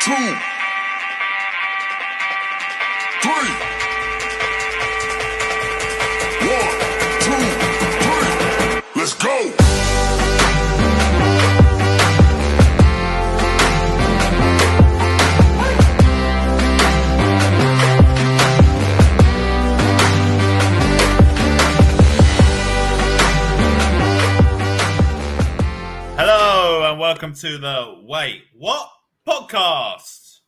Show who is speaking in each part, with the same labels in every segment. Speaker 1: two, three, one, two, three. Let's go.
Speaker 2: Hello and welcome to the Wait What podcast.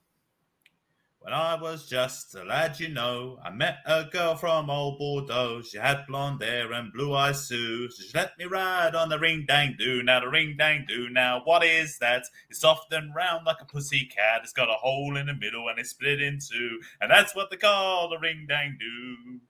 Speaker 2: When I was just a lad, you know, I met a girl from old Bordeaux. She had blonde hair and blue eyes, Sue. So she let me ride on the ring dang do. Now the ring dang do. Now what is that? It's soft and round like a pussy cat. It's got a hole in the middle and it's split in two. And that's what they call the ring dang do.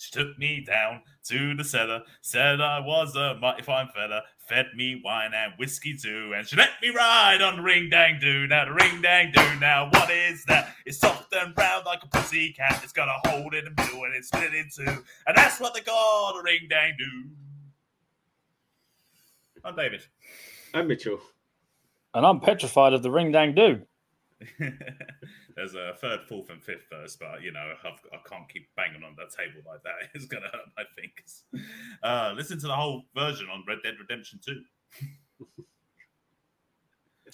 Speaker 2: She took me down to the cellar, said I was a mighty fine fella, fed me wine and whiskey too, and she let me ride on the ring dang do. Now the ring dang do. Now what is that? It's soft and round like a pussy cat. It's got a hole in the middle and it's split in two, and that's what they call the ring dang do. I'm David.
Speaker 3: And Mitchell.
Speaker 4: And I'm petrified of the ring dang do.
Speaker 2: There's a third, fourth, and fifth verse, but you know I've, I can't keep banging on that table like that. It's gonna hurt my fingers. Uh, listen to the whole version on Red Dead Redemption 2.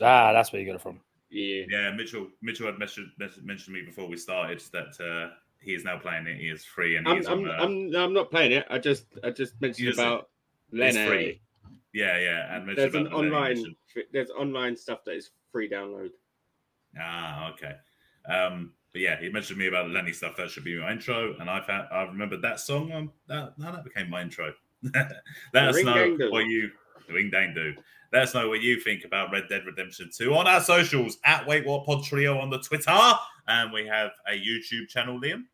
Speaker 4: Ah, that's where you got it from.
Speaker 3: Yeah.
Speaker 2: Yeah, Mitchell. Mitchell had mentioned, mentioned me before we started that uh, he is now playing it. He is free and he
Speaker 3: I'm,
Speaker 2: is on
Speaker 3: I'm,
Speaker 2: the-
Speaker 3: I'm, I'm not playing it. I just I just mentioned
Speaker 2: just-
Speaker 3: about
Speaker 2: it's
Speaker 3: Leno.
Speaker 2: free. Yeah, yeah, and mentioned
Speaker 3: There's an
Speaker 2: about the
Speaker 3: online
Speaker 2: animation.
Speaker 3: there's online stuff that is free download.
Speaker 2: Ah, okay. Um, but yeah, he mentioned me about the Lenny stuff. That should be my intro, and I found I remembered that song. Um, that now that became my intro. Let us
Speaker 3: Ring
Speaker 2: know
Speaker 3: Dang Do.
Speaker 2: what you ring dang do. Let us know what you think about Red Dead Redemption Two on our socials at Wait What Pod Trio on the Twitter, and we have a YouTube channel, Liam.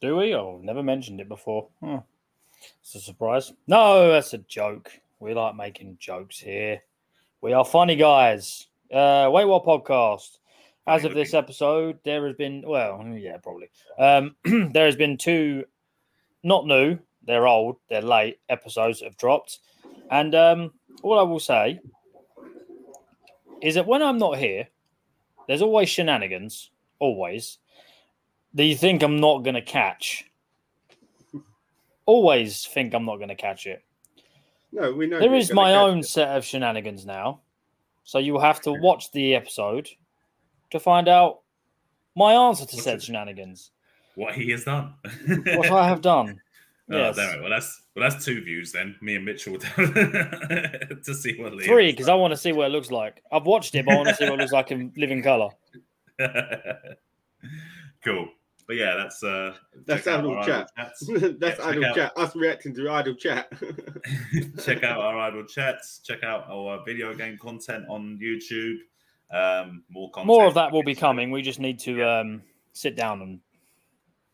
Speaker 4: Do we? Oh, never mentioned it before. Huh. It's a surprise. No, that's a joke. We like making jokes here. We are funny guys. Uh, Wait What podcast. As
Speaker 2: Funny
Speaker 4: of this
Speaker 2: looking.
Speaker 4: episode, there has been, well, yeah, probably. Um, there has been two, not new, they're old, they're late episodes that have dropped. And um, all I will say is that when I'm not here, there's always shenanigans, always, that you think I'm not going to catch. Always think I'm not going to catch it.
Speaker 3: No, we know.
Speaker 4: There
Speaker 3: you're
Speaker 4: is
Speaker 3: gonna
Speaker 4: my
Speaker 3: catch
Speaker 4: own
Speaker 3: it.
Speaker 4: set of shenanigans now. So you will have to watch the episode to find out my answer to
Speaker 2: What's
Speaker 4: said
Speaker 2: it?
Speaker 4: shenanigans.
Speaker 2: What he has done.
Speaker 4: What I have done.
Speaker 2: Oh,
Speaker 4: yes.
Speaker 2: damn it. Well, that's well, that's two views then. Me and Mitchell to see what Liam
Speaker 4: Three, because I want to see what it looks like. I've watched it, but I want to see what it looks like in living color.
Speaker 2: cool. But yeah, that's uh
Speaker 3: That's
Speaker 2: check out
Speaker 3: Idle
Speaker 2: our
Speaker 3: Chat.
Speaker 2: chats.
Speaker 3: That's
Speaker 2: check
Speaker 3: idle
Speaker 2: out-
Speaker 3: chat. Us reacting to idle chat.
Speaker 2: check out our idle chats, check out our video game content on YouTube. Um more content.
Speaker 4: More of that will be coming. We just need to um, sit down and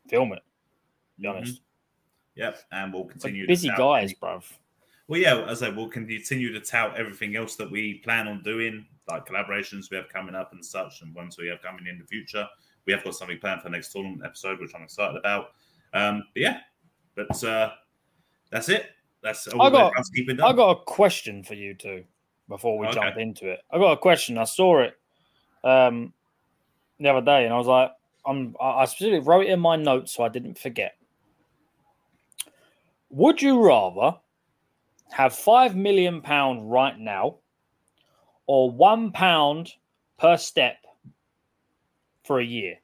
Speaker 4: film it. Be
Speaker 2: Mhm.
Speaker 4: honest.
Speaker 2: Yep, and we'll continue
Speaker 4: We're
Speaker 2: to
Speaker 4: busy
Speaker 2: tout
Speaker 4: guys,
Speaker 2: any-
Speaker 4: bruv.
Speaker 2: Well yeah, as I say, we'll continue to tout everything else that we plan on doing, like collaborations we have coming up and such, and ones we have coming in the future. We have got something planned for the next tournament episode, which I'm excited about. Um but yeah, but uh that's it. That's all
Speaker 4: I
Speaker 2: the
Speaker 4: got-
Speaker 2: housekeeping done.
Speaker 4: I got a question for you two before we
Speaker 2: Okay.
Speaker 4: jump into it. I got a question. I saw it um, the other day, and I was like, I'm, I I specifically wrote it in my notes so I didn't forget. Would you rather have five million pound right now, or one pound per step for a year?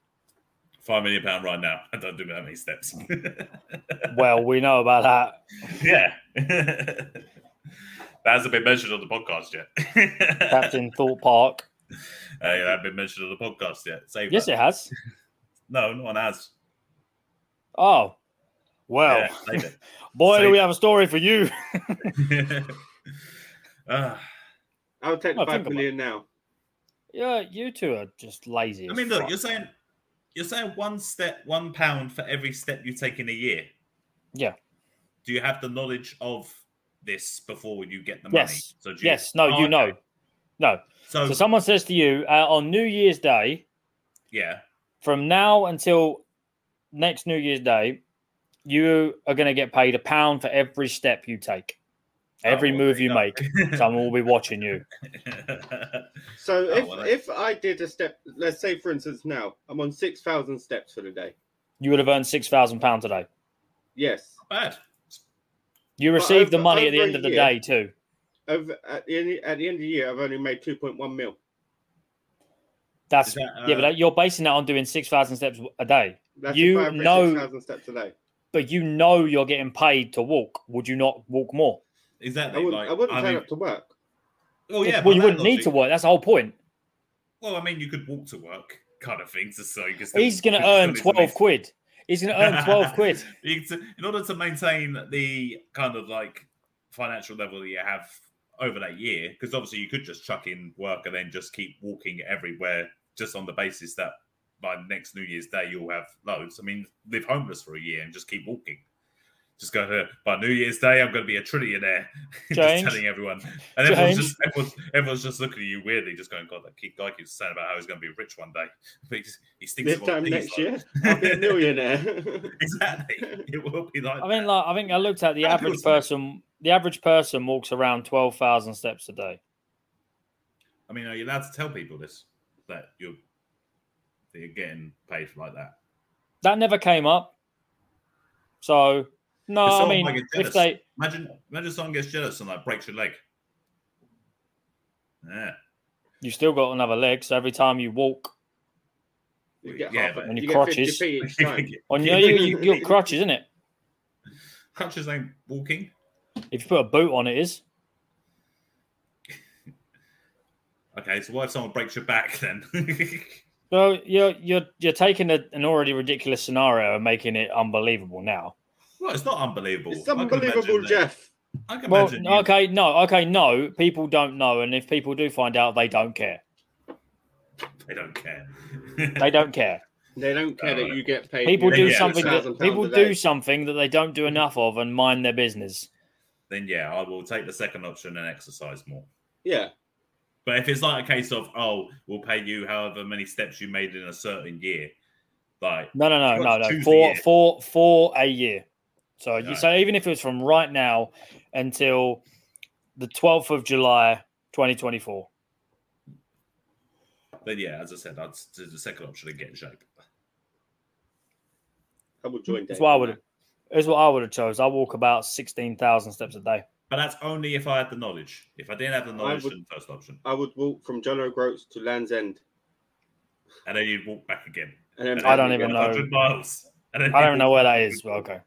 Speaker 2: five million pound right now. I don't do that many steps.
Speaker 4: well, we know about that.
Speaker 2: yeah, that hasn't been mentioned on the podcast yet. uh,
Speaker 4: Captain Thought Park.
Speaker 2: yeah, that hasn't been mentioned on the podcast yet. Save
Speaker 4: Yes,
Speaker 2: that.
Speaker 4: it has.
Speaker 2: No, no one has.
Speaker 4: Oh, well,
Speaker 2: Yeah, save it.
Speaker 4: boy,
Speaker 2: save-
Speaker 4: do we have a story for you.
Speaker 2: Ah,
Speaker 3: I'll take the
Speaker 4: Well, Oh, think
Speaker 3: five
Speaker 4: about
Speaker 3: million now.
Speaker 4: Yeah, you two are just lazy.
Speaker 2: I
Speaker 4: as
Speaker 2: mean, look,
Speaker 4: fuck.
Speaker 2: you're saying you're saying one step, one pound for every step you take in a year.
Speaker 4: Yeah.
Speaker 2: Do you have the knowledge of this before you get the money?
Speaker 4: Yes.
Speaker 2: So do you,
Speaker 4: yes, no,
Speaker 2: Oh,
Speaker 4: you
Speaker 2: okay.
Speaker 4: know, no.
Speaker 2: So,
Speaker 4: So someone says to you uh, on New Year's Day,
Speaker 2: yeah,
Speaker 4: from now until next New Year's Day, you are going to get paid a pound for every step you take, every
Speaker 2: Oh,
Speaker 4: move
Speaker 2: there
Speaker 4: you
Speaker 2: you
Speaker 4: make. Someone will be watching you.
Speaker 3: So
Speaker 2: Oh,
Speaker 3: if
Speaker 2: well, that-
Speaker 3: if I did a step, let's say for instance now I'm on six thousand steps for the day.
Speaker 4: You would have earned six thousand pounds a day.
Speaker 3: Yes,
Speaker 2: Bad.
Speaker 4: You
Speaker 3: But
Speaker 4: receive the
Speaker 3: over-
Speaker 4: money at the
Speaker 3: over a
Speaker 4: end of the
Speaker 3: year.
Speaker 4: day too.
Speaker 3: over at the end, at the end of the year I've only made two point one mil.
Speaker 2: Is
Speaker 4: That's
Speaker 2: that, uh,
Speaker 4: yeah, but that, you're basing that on doing six thousand steps a day.
Speaker 3: That's
Speaker 4: You
Speaker 3: if I average
Speaker 4: know-
Speaker 3: six thousand steps a day.
Speaker 4: But you know you're getting paid to walk. Would you not walk more?
Speaker 2: exactly.
Speaker 3: I wouldn't,
Speaker 2: like,
Speaker 3: I wouldn't turn
Speaker 2: mean,
Speaker 3: up to work.
Speaker 2: oh yeah. by
Speaker 4: well, you
Speaker 2: that
Speaker 4: wouldn't need
Speaker 2: logic-
Speaker 4: to work. That's the whole point.
Speaker 2: Well, I mean, you could walk to work, kind of thing. To so you can still-
Speaker 4: He's going
Speaker 2: you can
Speaker 4: to
Speaker 2: still
Speaker 4: earn
Speaker 2: need to
Speaker 4: twelve
Speaker 2: make-
Speaker 4: quid. He's going to earn twelve quid.
Speaker 2: You can t- in order to maintain the kind of like financial level that you have over that year, because obviously you could just chuck in work and then just keep walking everywhere, just on the basis that by next New Year's Day you'll have loads. I mean, live homeless for a year and just keep walking. Just go to by New Year's Day, I'm going to be a trillionaire. just
Speaker 4: James?
Speaker 2: telling everyone, and everyone's
Speaker 4: James?
Speaker 2: just everyone's, everyone's just looking at you weirdly, just going, "God, that kid guy keeps saying about how he's going to be rich one day." But he's- he stinks
Speaker 3: This
Speaker 2: of all
Speaker 3: time
Speaker 2: these,
Speaker 3: next
Speaker 2: like-
Speaker 3: year I'll be a millionaire.
Speaker 2: exactly. It will be like.
Speaker 4: I mean, like I think I looked at the
Speaker 2: That
Speaker 4: average
Speaker 2: feels nice.
Speaker 4: person. The average person walks around twelve thousand steps a day.
Speaker 2: I mean, are you allowed to tell people this that you're that you're getting paid like that?
Speaker 4: That never came up. So no,
Speaker 2: If
Speaker 4: I
Speaker 2: someone
Speaker 4: mean,
Speaker 2: might get
Speaker 4: if
Speaker 2: jealous.
Speaker 4: they
Speaker 2: Imagine, imagine someone gets jealous and like breaks your leg. Yeah,
Speaker 4: you still got another leg, so every time you walk
Speaker 3: you get
Speaker 2: Yeah,
Speaker 3: half,
Speaker 2: but-
Speaker 4: On your
Speaker 3: you get
Speaker 4: crutches.
Speaker 3: 50p each time.
Speaker 4: on your you, you, your crutch, isn't it?
Speaker 2: crutches ain't walking.
Speaker 4: If you put a boot on, it is.
Speaker 2: Okay, so what if someone breaks your back then?
Speaker 4: So you're you're you're taking a, an already ridiculous scenario and making it unbelievable now.
Speaker 2: well, it's not unbelievable.
Speaker 3: It's
Speaker 2: I can imagine
Speaker 3: unbelievable,
Speaker 2: that-
Speaker 3: Jeff.
Speaker 2: I can
Speaker 4: Well,
Speaker 2: imagine. you-
Speaker 4: okay, no, okay, no. People don't know, and if people do find out, they don't care.
Speaker 2: they don't care.
Speaker 4: They don't care.
Speaker 3: They don't care
Speaker 2: Uh,
Speaker 3: that you get paid.
Speaker 4: People do
Speaker 2: Yeah, yeah,
Speaker 4: something
Speaker 2: it's
Speaker 4: that people do something that they don't do enough of and mind their business.
Speaker 2: then yeah, I will take the second option and exercise more.
Speaker 3: Yeah,
Speaker 2: But if it's like a case of oh, we'll pay you however many steps you made in a certain year, like
Speaker 4: No, no, no,
Speaker 2: Well,
Speaker 4: no, no.
Speaker 2: choose a
Speaker 4: For
Speaker 2: year.
Speaker 4: for for a year. So you
Speaker 2: Right.
Speaker 4: so even if it was from right now until the twelfth of July, twenty twenty four.
Speaker 2: then yeah, as I said, I'd do the second option and get in shape.
Speaker 3: I would join.
Speaker 4: That's
Speaker 3: Dave
Speaker 4: what I
Speaker 3: on
Speaker 4: would.
Speaker 3: that.
Speaker 4: That's what I would have chose. I walk about sixteen thousand steps a day.
Speaker 2: But that's only if I had the knowledge. If I didn't have the knowledge,
Speaker 3: would-
Speaker 2: then first option,
Speaker 3: I would walk from John O'Groats to Land's End,
Speaker 2: and then you'd walk back again.
Speaker 3: and then
Speaker 2: And
Speaker 4: I don't
Speaker 3: back
Speaker 4: even
Speaker 3: again.
Speaker 4: know.
Speaker 2: 100 Miles. And then
Speaker 4: I
Speaker 2: you'd
Speaker 4: don't know
Speaker 2: walk
Speaker 4: where that
Speaker 2: back
Speaker 4: is, but
Speaker 2: again.
Speaker 4: okay.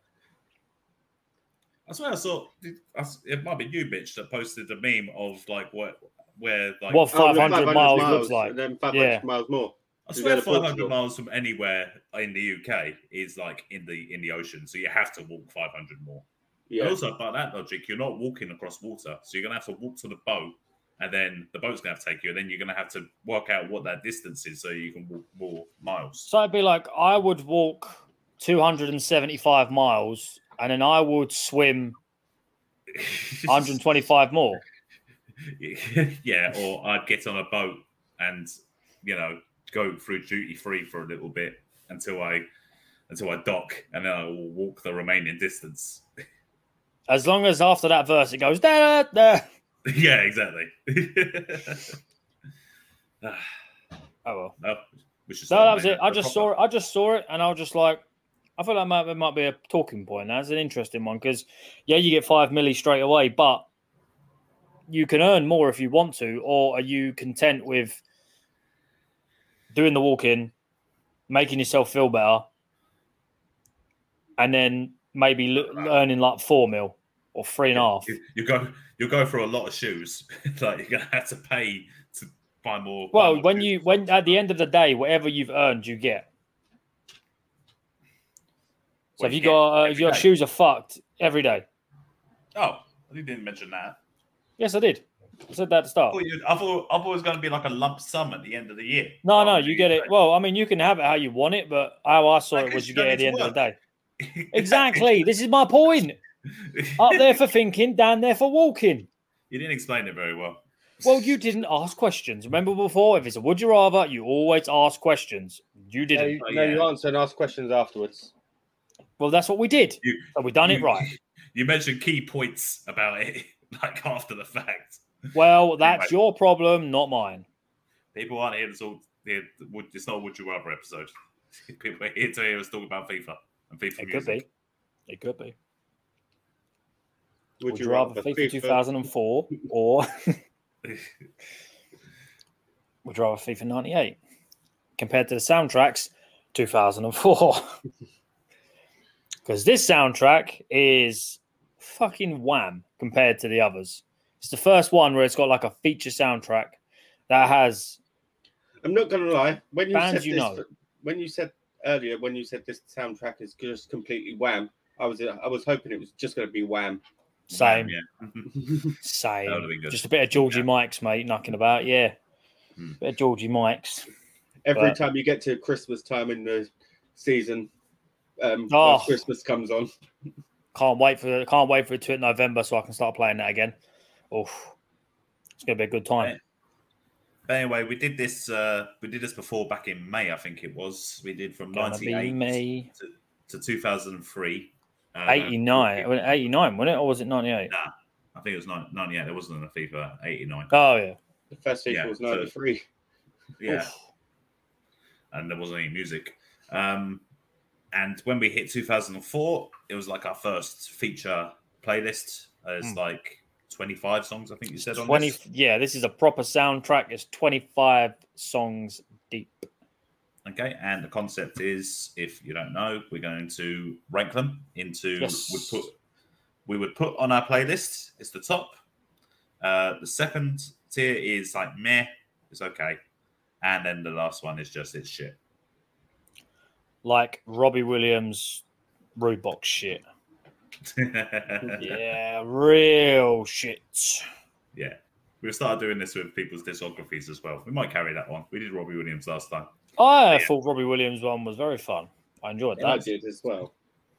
Speaker 2: I swear I saw. did- I s- It might be you, bitch, that posted a meme of like what, where like
Speaker 4: What
Speaker 3: Oh,
Speaker 4: five
Speaker 3: with
Speaker 4: hundred
Speaker 3: 500
Speaker 4: miles looks like?
Speaker 3: and then five hundred
Speaker 4: Yeah.
Speaker 3: miles more.
Speaker 2: I
Speaker 3: You
Speaker 2: swear,
Speaker 3: go to
Speaker 2: five hundred
Speaker 3: Portugal.
Speaker 2: miles from anywhere in the UK is like in the in the ocean, so you have to walk five hundred more.
Speaker 3: Yeah,
Speaker 2: And also, by that logic, you're not walking across water, so you're gonna have to walk to the boat, and then the boat's gonna have to take you, and then you're gonna have to work out what that distance is, so you can walk more miles.
Speaker 4: So it'd be like I would walk 275 miles and then I would swim 125 more.
Speaker 2: yeah, or I'd get on a boat and you know go through duty free for a little bit until I until I dock, and then I will walk the remaining distance.
Speaker 4: As long as after that verse it goes da da. da.
Speaker 2: yeah, exactly. Ah,
Speaker 4: Oh well.
Speaker 2: no, we should
Speaker 4: No,
Speaker 2: start
Speaker 4: that was
Speaker 2: naming
Speaker 4: it. I
Speaker 2: the
Speaker 4: just
Speaker 2: proper-
Speaker 4: saw it. I just saw it and I was just like, I feel like might, it might be a talking point. That's an interesting one because yeah, you get five milli straight away, but you can earn more if you want to, or are you content with doing the walk in, making yourself feel better, and then maybe lo- earning like four mil or three and a half?
Speaker 2: you, you go you'll go for a lot of shoes like you're gonna have to pay to buy more buy
Speaker 4: Well,
Speaker 2: more
Speaker 4: when
Speaker 2: shoes.
Speaker 4: you when at the end of the day, whatever you've earned, you get. So
Speaker 2: Well,
Speaker 4: if
Speaker 2: you
Speaker 4: you
Speaker 2: get
Speaker 4: got uh,
Speaker 2: every
Speaker 4: if your
Speaker 2: day.
Speaker 4: shoes are fucked every day.
Speaker 2: oh you didn't mention that
Speaker 4: Yes, I did. I said that at the
Speaker 2: I
Speaker 4: start.
Speaker 2: thought, you, I thought I thought it was going to be like a lump sum at the end of the year.
Speaker 4: No, no,
Speaker 2: Oh,
Speaker 4: you get it. Well, I mean, you can have it how you want it, but how I saw it
Speaker 2: Okay,
Speaker 4: was you
Speaker 2: so
Speaker 4: get it at the
Speaker 2: it's
Speaker 4: end of the day.
Speaker 2: Exactly.
Speaker 4: Exactly. This is my point. Up there for thinking, down there for walking.
Speaker 2: you didn't explain it very well.
Speaker 4: Well, you didn't ask questions. Remember before, if it's a would you rather, you always ask questions. You
Speaker 3: No,
Speaker 4: didn't.
Speaker 3: you,
Speaker 2: Oh,
Speaker 3: no, you
Speaker 2: yeah.
Speaker 3: answer and ask questions afterwards.
Speaker 4: Well, that's what we did.
Speaker 2: You-
Speaker 4: So we done it
Speaker 2: you-
Speaker 4: right.
Speaker 2: You mentioned key points about it, like after the fact.
Speaker 4: Well, that's your problem, not mine.
Speaker 2: People aren't here to talk. here- would- It's not a Would You Rather episode. People are here to hear us talk about FIFA and FIFA
Speaker 4: It
Speaker 2: music.
Speaker 4: could be. It could be.
Speaker 3: Would, you rather
Speaker 4: FIFA,
Speaker 3: FIFA?
Speaker 4: 2004 or would you rather FIFA 98 compared to the soundtracks 2004? Because this soundtrack is fucking wham compared to the others. It's the first one where it's got like a feature soundtrack that has
Speaker 3: I'm not gonna lie. When you
Speaker 4: Bands
Speaker 3: said
Speaker 4: you
Speaker 3: this,
Speaker 4: know.
Speaker 3: when you said earlier, when you said this soundtrack is just completely wham, I was I was hoping it was just gonna be wham.
Speaker 4: same,
Speaker 2: Yeah. That would've been
Speaker 4: same,
Speaker 2: good.
Speaker 4: just a bit of Georgie Mike's, mate, knocking about. Yeah,
Speaker 2: Hmm.
Speaker 4: bit of Georgie Mike's.
Speaker 3: Every
Speaker 4: But-
Speaker 3: time you get to Christmas time in the season, um,
Speaker 4: Oh.
Speaker 3: when Christmas comes on.
Speaker 4: Can't wait for can't wait for it to hit November so I can start playing that again. Oof. It's gonna be a good time.
Speaker 2: But anyway, we did this. Uh, we did this before back in May, I think it was. We did from
Speaker 4: Gonna
Speaker 2: ninety
Speaker 4: be
Speaker 2: eight
Speaker 4: me.
Speaker 2: to two thousand and three. Uh,
Speaker 4: 89. Was it 89, wasn't it? Or was it 98?
Speaker 2: I think it was nin- ninety eight. There wasn't a FIFA eighty nine.
Speaker 4: Oh yeah.
Speaker 3: The first FIFA
Speaker 2: Yeah,
Speaker 3: was
Speaker 2: so-
Speaker 3: 93.
Speaker 2: Yeah,
Speaker 4: Oof.
Speaker 2: and there wasn't any music. Um, and when we hit 2004, it was like our first feature playlist. Uh, it's
Speaker 4: Hmm.
Speaker 2: like 25 songs, I think you said on
Speaker 4: 20
Speaker 2: this.
Speaker 4: yeah, this is a proper soundtrack. It's 25 songs deep.
Speaker 2: Okay, and the concept is, if you don't know, we're going to rank them into.
Speaker 4: Yes.
Speaker 2: We put we would put on our playlist. It's the top. Uh, the second tier is like meh, it's okay, and then the last one is just it's shit.
Speaker 4: Like Robbie Williams Rude Box shit.
Speaker 2: yeah.
Speaker 4: Yeah, real shit.
Speaker 2: We've started doing this with people's discographies as well. We might carry that one. We did Robbie Williams last time.
Speaker 4: I
Speaker 2: Yeah.
Speaker 4: thought Robbie Williams one was very fun. I enjoyed
Speaker 3: And I
Speaker 4: that.
Speaker 3: did as well.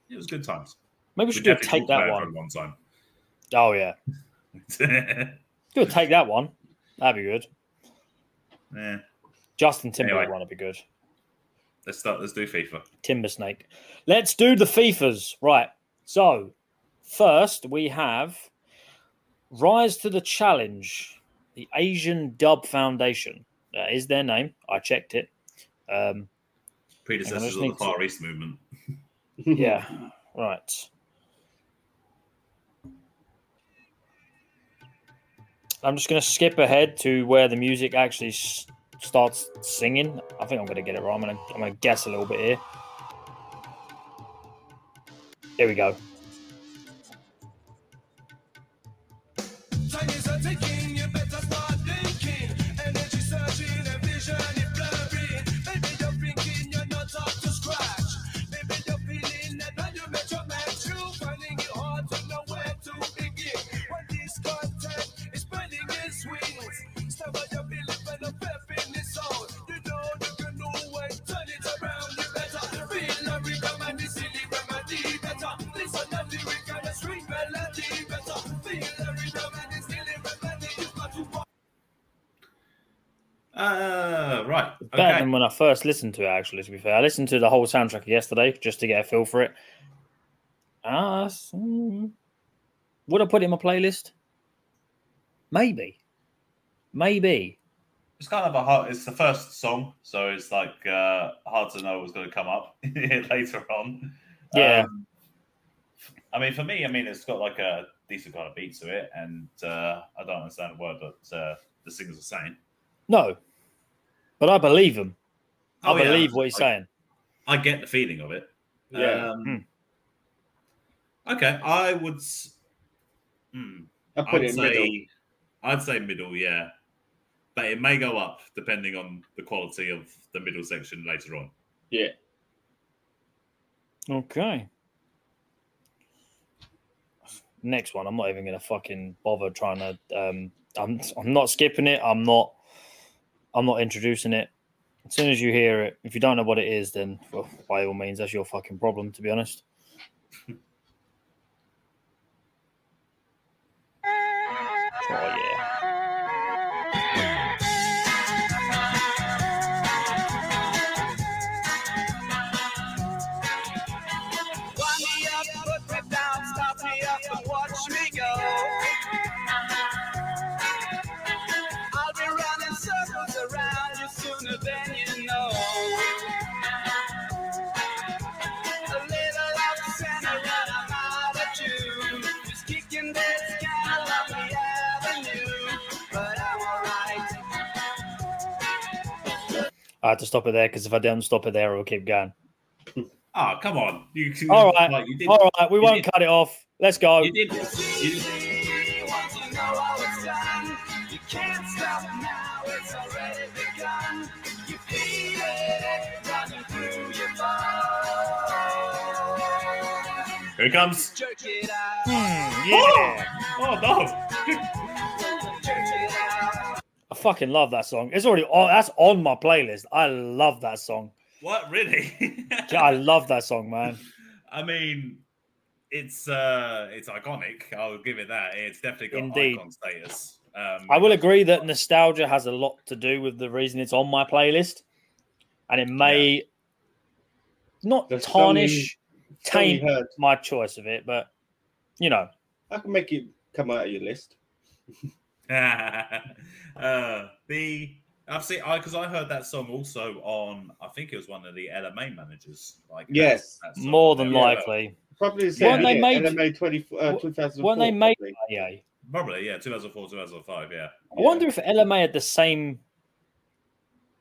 Speaker 2: It was good times.
Speaker 4: Maybe we should do a
Speaker 2: definitely
Speaker 4: take
Speaker 2: talked
Speaker 4: that
Speaker 2: about it
Speaker 4: one.
Speaker 2: for a long time.
Speaker 4: Oh yeah. Do a take that one. That'd be good.
Speaker 2: yeah.
Speaker 4: Justin Timberlake
Speaker 2: Anyway.
Speaker 4: one would be good.
Speaker 2: Let's start. Let's do FIFA.
Speaker 4: Timber Snake. Let's do the FIFAs. Right. So, first we have Rise to the Challenge, the Asian Dub Foundation. That is their name. I checked it. Um,
Speaker 2: Predecessors of
Speaker 4: need
Speaker 2: the
Speaker 4: to-
Speaker 2: Far East movement.
Speaker 4: yeah. Right. I'm just going to skip ahead to where the music actually s- starts singing. I think I'm going to get it right. I'm going to I'm going to guess a little bit here. Here we go.
Speaker 5: Chinese are ticking, you better start blinking. Energy surging and vision is blurring. Maybe you're thinking you're not up to scratch. Maybe you're feeling that when you met your match, you're finding it hard to know where to begin. When this content is burning its wings, stop what you're feeling when the pep in its own. You know you can always turn it around. You better feel the rhythm and the silly remedy. Better listen to the lyric and the street melody. Better feel the rhythm and the silly remedy. You've got to
Speaker 2: Uh, right.
Speaker 4: Better
Speaker 2: Okay.
Speaker 4: than when I first listened to it, actually, to be fair. I listened to the whole soundtrack yesterday just to get a feel for it. Ah, that's- mm. would I put it in my playlist? Maybe. Maybe.
Speaker 2: It's kind of a hard. It's the first song, so it's like uh, hard to know what's going to come up later on.
Speaker 4: Yeah.
Speaker 2: Um, I mean, for me, I mean, it's got like a decent kind of beat to it, and uh, I don't understand a word that uh, the singers are saying.
Speaker 4: No. But I believe him.
Speaker 2: Oh,
Speaker 4: I
Speaker 2: yeah.
Speaker 4: believe what he's
Speaker 2: I-
Speaker 4: saying.
Speaker 2: I get the feeling of it.
Speaker 3: Yeah.
Speaker 2: Um,
Speaker 4: Hmm.
Speaker 2: Okay, I would. s- Hmm,
Speaker 3: I
Speaker 2: I
Speaker 3: put
Speaker 2: would
Speaker 3: it in middle.
Speaker 2: say, I'd say middle, yeah, but it may go up depending on the quality of the middle section later on.
Speaker 4: Okay. Next one, I'm not even gonna fucking bother trying to. Um, I'm I'm not skipping it. I'm not. I'm not introducing it. As soon as you hear it, if you don't know what it is, then well, by all means, that's your fucking problem. To be honest. oh yeah.
Speaker 5: Wind me up, put me down, stop me up and watch me go. I'll be running circles around
Speaker 4: I had to stop it there because if I don't stop it there, it'll keep going.
Speaker 2: Oh, come on. You can
Speaker 4: All right,
Speaker 2: like, you did
Speaker 4: all right, we
Speaker 2: you
Speaker 4: won't
Speaker 2: did-
Speaker 4: cut it off. Let's go.
Speaker 2: you did you did- Here it comes.
Speaker 4: Yeah.
Speaker 2: Oh no.
Speaker 4: I fucking love that song. It's already on, that's on my playlist. I love that song.
Speaker 2: What really?
Speaker 4: Yeah, I love that song, man.
Speaker 2: I mean, it's uh, it's iconic. I'll give it that. It's definitely got
Speaker 4: Indeed.
Speaker 2: icon status. Um,
Speaker 4: I will agree that nostalgia has a lot to do with the reason it's on my playlist, and it may not
Speaker 3: There's so
Speaker 4: tarnish,
Speaker 3: Tony
Speaker 4: taint
Speaker 3: Hurd.
Speaker 4: my choice of it, but you know,
Speaker 3: I can make it come out of your list.
Speaker 2: uh, the I've seen I because I heard that song also on I think it was one of the LMA managers. Like that-
Speaker 3: Yes.
Speaker 2: that song.
Speaker 4: more than
Speaker 2: Yeah,
Speaker 4: likely,
Speaker 3: Probably the same.
Speaker 4: Weren't they
Speaker 3: year,
Speaker 4: made-
Speaker 3: LMA 20, uh,
Speaker 4: weren't
Speaker 3: 2004.
Speaker 4: weren't they made
Speaker 3: probably.
Speaker 4: yeah.
Speaker 2: Probably yeah, 2004, 2005, yeah.
Speaker 4: I wonder if LMA had the same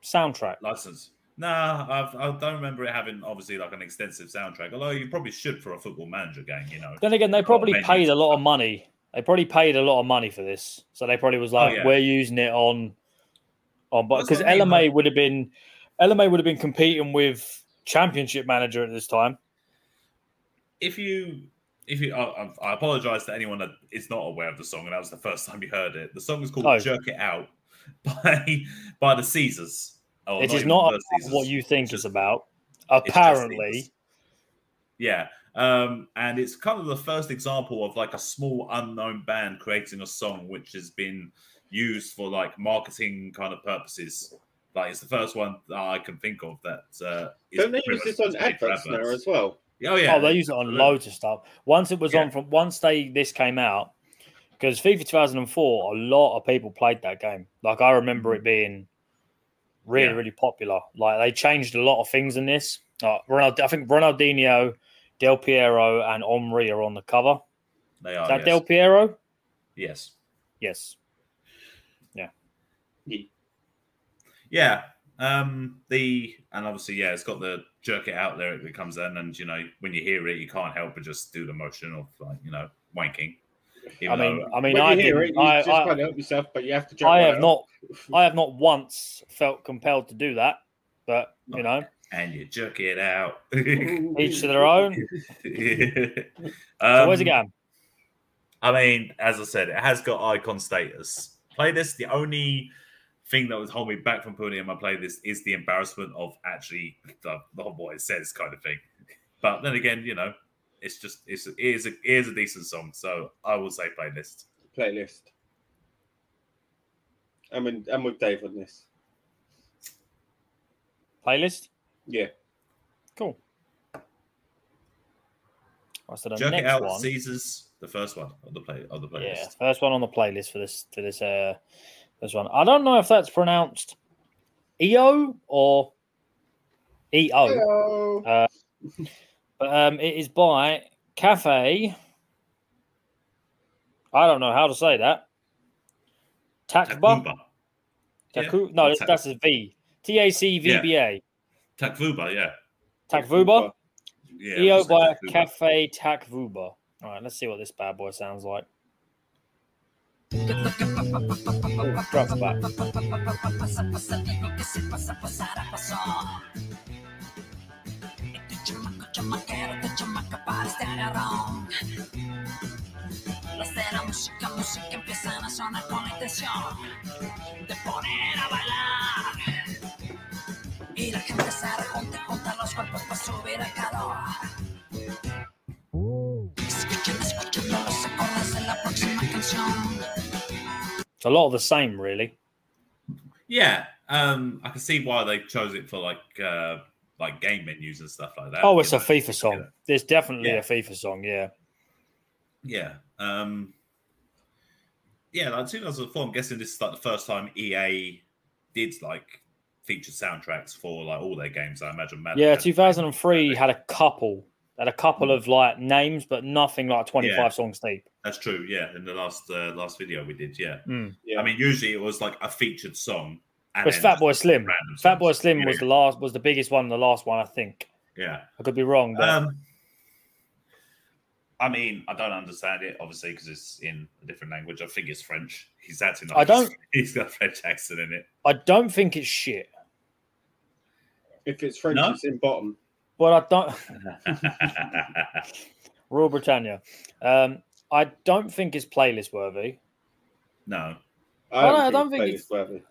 Speaker 4: soundtrack.
Speaker 2: License. Nah, I've, I don't remember it having obviously like an extensive soundtrack. Although you probably should for a football manager game, you know.
Speaker 4: Then again, they probably
Speaker 2: menus
Speaker 4: paid a
Speaker 2: and
Speaker 4: lot of
Speaker 2: stuff.
Speaker 4: money. They probably paid a lot of money for this, so they probably was like,
Speaker 2: Oh, yeah.
Speaker 4: "We're using it on, on." But
Speaker 2: That's what
Speaker 4: because
Speaker 2: I mean,
Speaker 4: LMA would have been, LMA would have been competing with Championship Manager at this time.
Speaker 2: if you if you I, I apologize to anyone that is not aware of the song and that was the first time you heard it the song is called
Speaker 4: Oh.
Speaker 2: jerk it out by by the caesars oh,
Speaker 4: it is
Speaker 2: even
Speaker 4: not
Speaker 2: the
Speaker 4: about
Speaker 2: Caesars.
Speaker 4: what you think it's,
Speaker 2: just-
Speaker 4: about.
Speaker 2: It's just
Speaker 4: Apparently,
Speaker 2: Caesars. yeah um and it's kind of the first example of like a small unknown band creating a song which has been used for like marketing kind of purposes like it's the first one that i can think of that uh is
Speaker 3: Don't they
Speaker 2: pretty
Speaker 3: use
Speaker 2: much
Speaker 3: this on
Speaker 2: just made for
Speaker 3: adverts now
Speaker 2: adverts.
Speaker 3: as well?
Speaker 2: oh yeah
Speaker 4: oh, they use it on
Speaker 2: absolutely.
Speaker 4: loads of stuff. Once it was
Speaker 2: Yeah.
Speaker 4: on from once they this came out, because FIFA 2004, a lot of people played that game. Like I remember it being really,
Speaker 2: Mm-hmm. Yeah.
Speaker 4: really popular. Like they changed a lot of things in this. Like, Ronald, I think Ronaldinho, Del Piero, and Omri are on the cover.
Speaker 2: they
Speaker 4: Is
Speaker 2: are
Speaker 4: that
Speaker 2: Oh, yes.
Speaker 4: Del Piero?
Speaker 2: yes
Speaker 4: Yes.
Speaker 2: Yeah. Um the and obviously, yeah, it's got the jerk it out lyric that comes in, and you know, when you hear it, you can't help but just do the motion of like, you know, wanking.
Speaker 4: I
Speaker 2: Even
Speaker 4: mean,
Speaker 2: though-
Speaker 4: I mean,
Speaker 3: When you
Speaker 4: I,
Speaker 3: hear
Speaker 4: didn't-
Speaker 3: it, you
Speaker 4: I,
Speaker 3: just
Speaker 4: I-
Speaker 3: can't help yourself, but you have to.
Speaker 4: I
Speaker 3: jump
Speaker 4: have
Speaker 3: out.
Speaker 4: not, I have not once felt compelled to do that. But you know,
Speaker 2: and you jerk it out.
Speaker 4: each to their own. So
Speaker 2: um,
Speaker 4: where's it going?
Speaker 2: I mean, as I said, it has got icon status. Playlist, the only thing that would hold me back from putting it in my playlist is the embarrassment of actually the, the whole what it says kind of thing. But then again, you know, it's just it's it is a, it is a decent song, so I will say playlist.
Speaker 3: playlist. I'm in, I'm with Dave on this.
Speaker 4: Playlist.
Speaker 3: Yeah,
Speaker 4: Cool. Right, so the
Speaker 2: Jerk
Speaker 4: next
Speaker 2: it out,
Speaker 4: one.
Speaker 2: Caesars, the first one of the play of the playlist.
Speaker 4: Yeah, first one on the playlist for this for this uh this one. I don't know if that's pronounced EO or EO,
Speaker 3: Hello.
Speaker 4: but um it is by Cafe. I don't know how to say that. Takba?
Speaker 2: Takvuba.
Speaker 4: Taku?
Speaker 2: yeah,
Speaker 4: no,
Speaker 2: that's
Speaker 4: that's, that's a V. T A C V B A.
Speaker 2: Takvuba, yeah.
Speaker 4: Takvuba?
Speaker 2: yeah
Speaker 4: EO
Speaker 2: I'll say
Speaker 4: E by
Speaker 2: Takvuba.
Speaker 4: Cafe Takvuba. All right, let's see what this bad boy sounds like. Ooh, drop back.
Speaker 5: Los de la música, música empiezan a sonar con la intención de poner a bailar. Y la gente se rejunta, junta los cuerpos para subir el calor. Escuchen, escuchen los acordes de la próxima canción.
Speaker 4: It's a lot of the same, really.
Speaker 2: Yeah. Um I can see why they chose it for like uh like game menus and stuff like that.
Speaker 4: Oh, it's
Speaker 2: you
Speaker 4: a
Speaker 2: know.
Speaker 4: FIFA song. There's definitely
Speaker 2: Yeah.
Speaker 4: a FIFA song. Yeah,
Speaker 2: Yeah. Um Yeah, like 2004, I'm guessing this is like the first time EA did like feature soundtracks for like all their games. I imagine. Madden
Speaker 4: yeah.
Speaker 2: had-
Speaker 4: 2003 had a couple, had a couple of like names, but nothing like 25
Speaker 2: Hmm. Yeah.
Speaker 4: songs deep.
Speaker 2: That's true. Yeah, in the last uh, last video we did. Yeah.
Speaker 4: Mm.
Speaker 3: Yeah.
Speaker 2: I mean, usually it was like a featured song And
Speaker 4: was
Speaker 2: then
Speaker 4: Fatboy Slim.
Speaker 2: random songs.
Speaker 4: Fatboy Slim
Speaker 2: Yeah,
Speaker 4: was the last was the biggest one, the last one I think.
Speaker 2: Yeah.
Speaker 4: I could be wrong, but
Speaker 2: Um, I mean, I don't understand it, obviously, because it's in a different language. I think it's French. He's acting. Like
Speaker 4: I don't-
Speaker 2: He's, he's got a French accent in it.
Speaker 4: I don't think it's shit.
Speaker 3: If it's French,
Speaker 2: No?
Speaker 3: it's in bottom.
Speaker 4: But I don't Royal Britannia. Um, I don't think it's playlist worthy.
Speaker 2: no,
Speaker 3: I don't,
Speaker 4: Oh, no,
Speaker 3: think, I don't think it's worthy.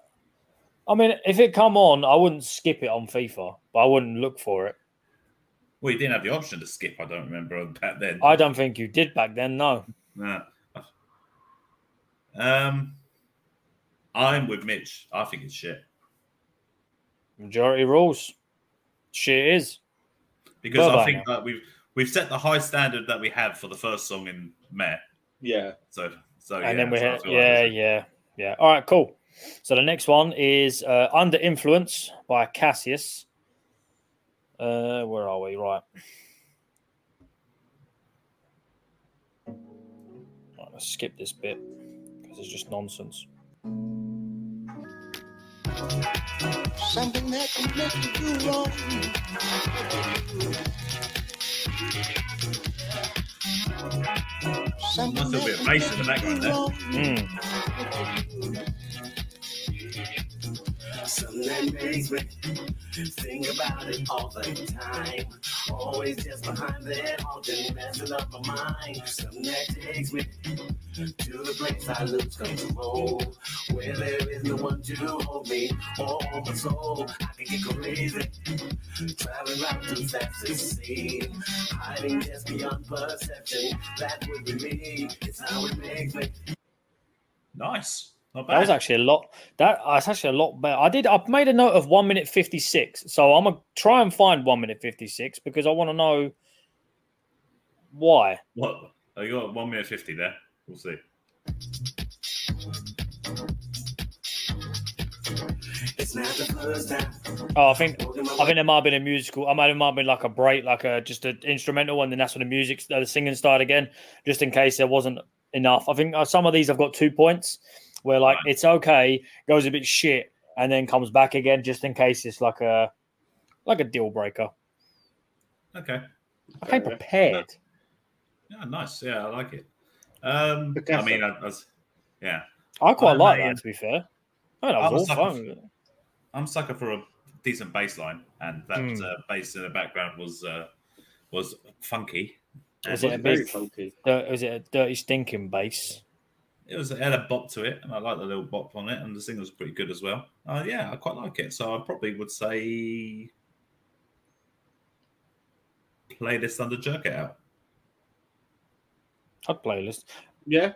Speaker 4: I mean, if it come on, I wouldn't skip it on FIFA, but I wouldn't look for it.
Speaker 2: well, he didn't have the option to skip. I don't remember back then.
Speaker 4: I don't think you did back then. No,
Speaker 2: No. Um, I'm with Mitch. I think it's shit
Speaker 4: majority rules. Shit is.
Speaker 2: because
Speaker 4: Bye-bye
Speaker 2: I think that we've we've set the high standard that we had for the first song in Met.
Speaker 3: Yeah.
Speaker 2: So so Oh, yeah,
Speaker 4: and then we
Speaker 2: so I
Speaker 4: hit,
Speaker 2: feel like
Speaker 4: yeah,
Speaker 2: it's-
Speaker 4: yeah, yeah. All right, cool. So the next one is uh, Under Influence by Cassius. Uh, where are we? Right. right let's skip this bit because it's just nonsense.
Speaker 6: Something that can make you do wrong. Something
Speaker 2: Must have
Speaker 6: that
Speaker 2: been
Speaker 6: can
Speaker 2: bass in the
Speaker 6: make you
Speaker 2: background
Speaker 6: do
Speaker 2: there.
Speaker 6: wrong.
Speaker 4: Mm.
Speaker 6: Something that makes me think about it all the time. Always just behind that altar, messing up my mind. Something that takes me to the place I lose control, where there is no one to hold me or hold my soul. I can get crazy, traveling out too fast to see, hiding just beyond perception. That would be me. It's how it makes me.
Speaker 2: nice. Not bad.
Speaker 4: That was actually a lot. That that's actually a lot better. I did. I made a note of one minute fifty six. So I'm gonna try and find one minute fifty six because I want to know why.
Speaker 2: what? Oh, you got one minute fifty there. We'll see.
Speaker 6: It's not the first time.
Speaker 4: Oh, I think I think there might have been a musical. I might have might have been like a break, like a just an instrumental, and then that's when the music, the singing started again, just in case there wasn't enough. I think uh, some of these I've got two points where like it's okay, goes a bit shit, and then comes back again, just in case it's like a like a deal breaker.
Speaker 2: Okay.
Speaker 4: I came
Speaker 3: Fair enough.
Speaker 4: prepared.
Speaker 2: Yeah, nice. Yeah, I like it. Um, I
Speaker 3: Picasso.
Speaker 2: mean, I, I was, yeah,
Speaker 4: I quite
Speaker 2: I'm
Speaker 4: like
Speaker 2: not
Speaker 4: that,
Speaker 2: in.
Speaker 4: to be fair. Man,
Speaker 2: I
Speaker 4: that was
Speaker 2: was
Speaker 4: awful.
Speaker 2: sucking I'm sucker for a decent bass line, and that
Speaker 4: Hmm.
Speaker 2: uh, bass in the background was uh, was funky.
Speaker 4: Was
Speaker 2: And
Speaker 4: it a
Speaker 3: very
Speaker 4: big-
Speaker 3: funky.
Speaker 4: Dirt- was it a dirty stinking bass?
Speaker 2: it was it had a bop to it, and I like the little bop on it, and the single was pretty good as well. Uh, yeah, I quite like it. So I probably would say play this under jerk it out.
Speaker 4: I'd playlist.
Speaker 3: Yeah.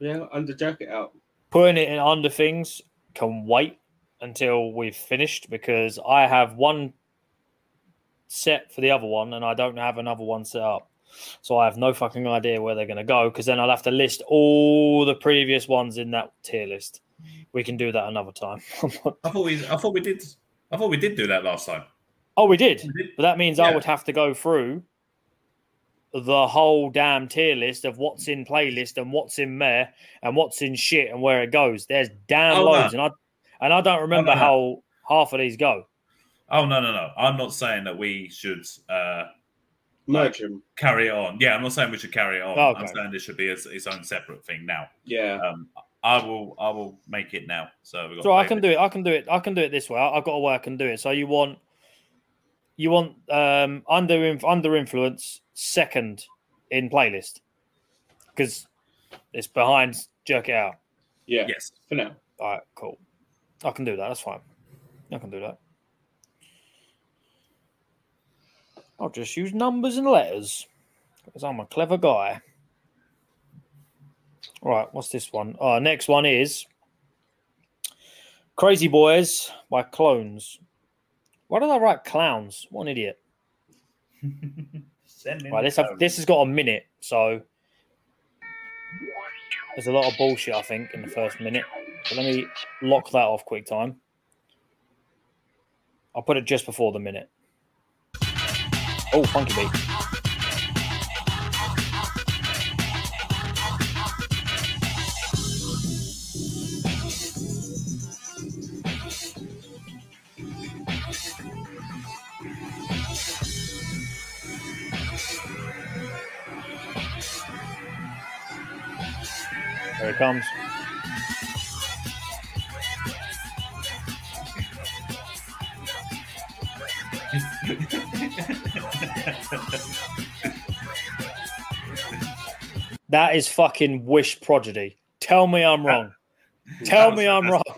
Speaker 3: Yeah, under jacket out.
Speaker 4: Putting it in under things can wait until we've finished because I have one set for the other one and I don't have another one set up. So I have no fucking idea where they're going to go because then I'll have to list all the previous ones in that tier list. We can do that another time.
Speaker 2: I thought we I thought we did I thought we did do that last time.
Speaker 4: oh, we did.
Speaker 2: We did.
Speaker 4: But that means I
Speaker 2: Yeah.
Speaker 4: would have to go through the whole damn tier list of what's in playlist and what's in there and what's in shit and where it goes. There's damn
Speaker 2: Oh, no.
Speaker 4: loads, and I and I don't remember
Speaker 2: no.
Speaker 4: how half of these go.
Speaker 2: Oh no no no! I'm not saying that we should uh,
Speaker 3: Merge him.
Speaker 2: carry on. Yeah, I'm not saying we should carry on.
Speaker 4: Oh,
Speaker 2: I'm
Speaker 4: okay.
Speaker 2: saying this should be its, its own separate thing now.
Speaker 3: Yeah.
Speaker 2: Um, I will I will make it now. So we got.
Speaker 4: So I can do it. I can do it. I can do it this way. I- I've got to work and do it. So you want you want um under inf- under influence second in playlist because it's behind jerk it out.
Speaker 3: Yeah.
Speaker 2: Yes.
Speaker 3: For now.
Speaker 4: All right, cool. I can do that. That's fine. I can do that. I'll just use numbers and letters because I'm a clever guy. All right, what's this one? Oh, next one is Crazy Boys by Clones. Why did I write clowns? What an idiot.
Speaker 2: Send me
Speaker 4: Right,
Speaker 2: the
Speaker 4: this, have,
Speaker 2: code.
Speaker 4: this has got a minute, so there's a lot of bullshit, I think, in the first minute. So let me lock that off quick time. I'll put it just before the minute. Oh, funky beat. Here it comes. that is fucking wish prodigy. Tell me I'm wrong. Tell me I'm wrong.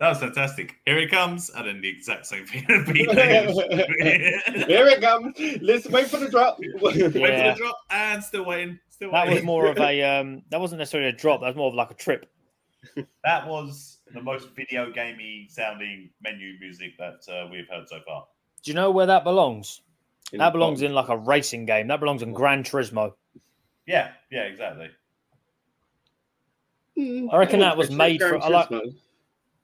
Speaker 2: That was fantastic. Here it comes, and then the exact same thing. repeat later.
Speaker 3: Here it comes. Listen, wait for the drop.
Speaker 2: Wait for
Speaker 4: Yeah.
Speaker 2: the drop, and still waiting. Still
Speaker 4: That was
Speaker 2: waiting.
Speaker 4: more of a um that wasn't necessarily a drop, that was more of like a trip.
Speaker 2: That was the most video gamey sounding menu music that uh, we've heard so far.
Speaker 4: Do you know where that belongs? That belongs in like a racing game. That belongs in Gran Turismo.
Speaker 2: Yeah, yeah, exactly.
Speaker 4: I reckon that was made for- I like-
Speaker 3: Turismo.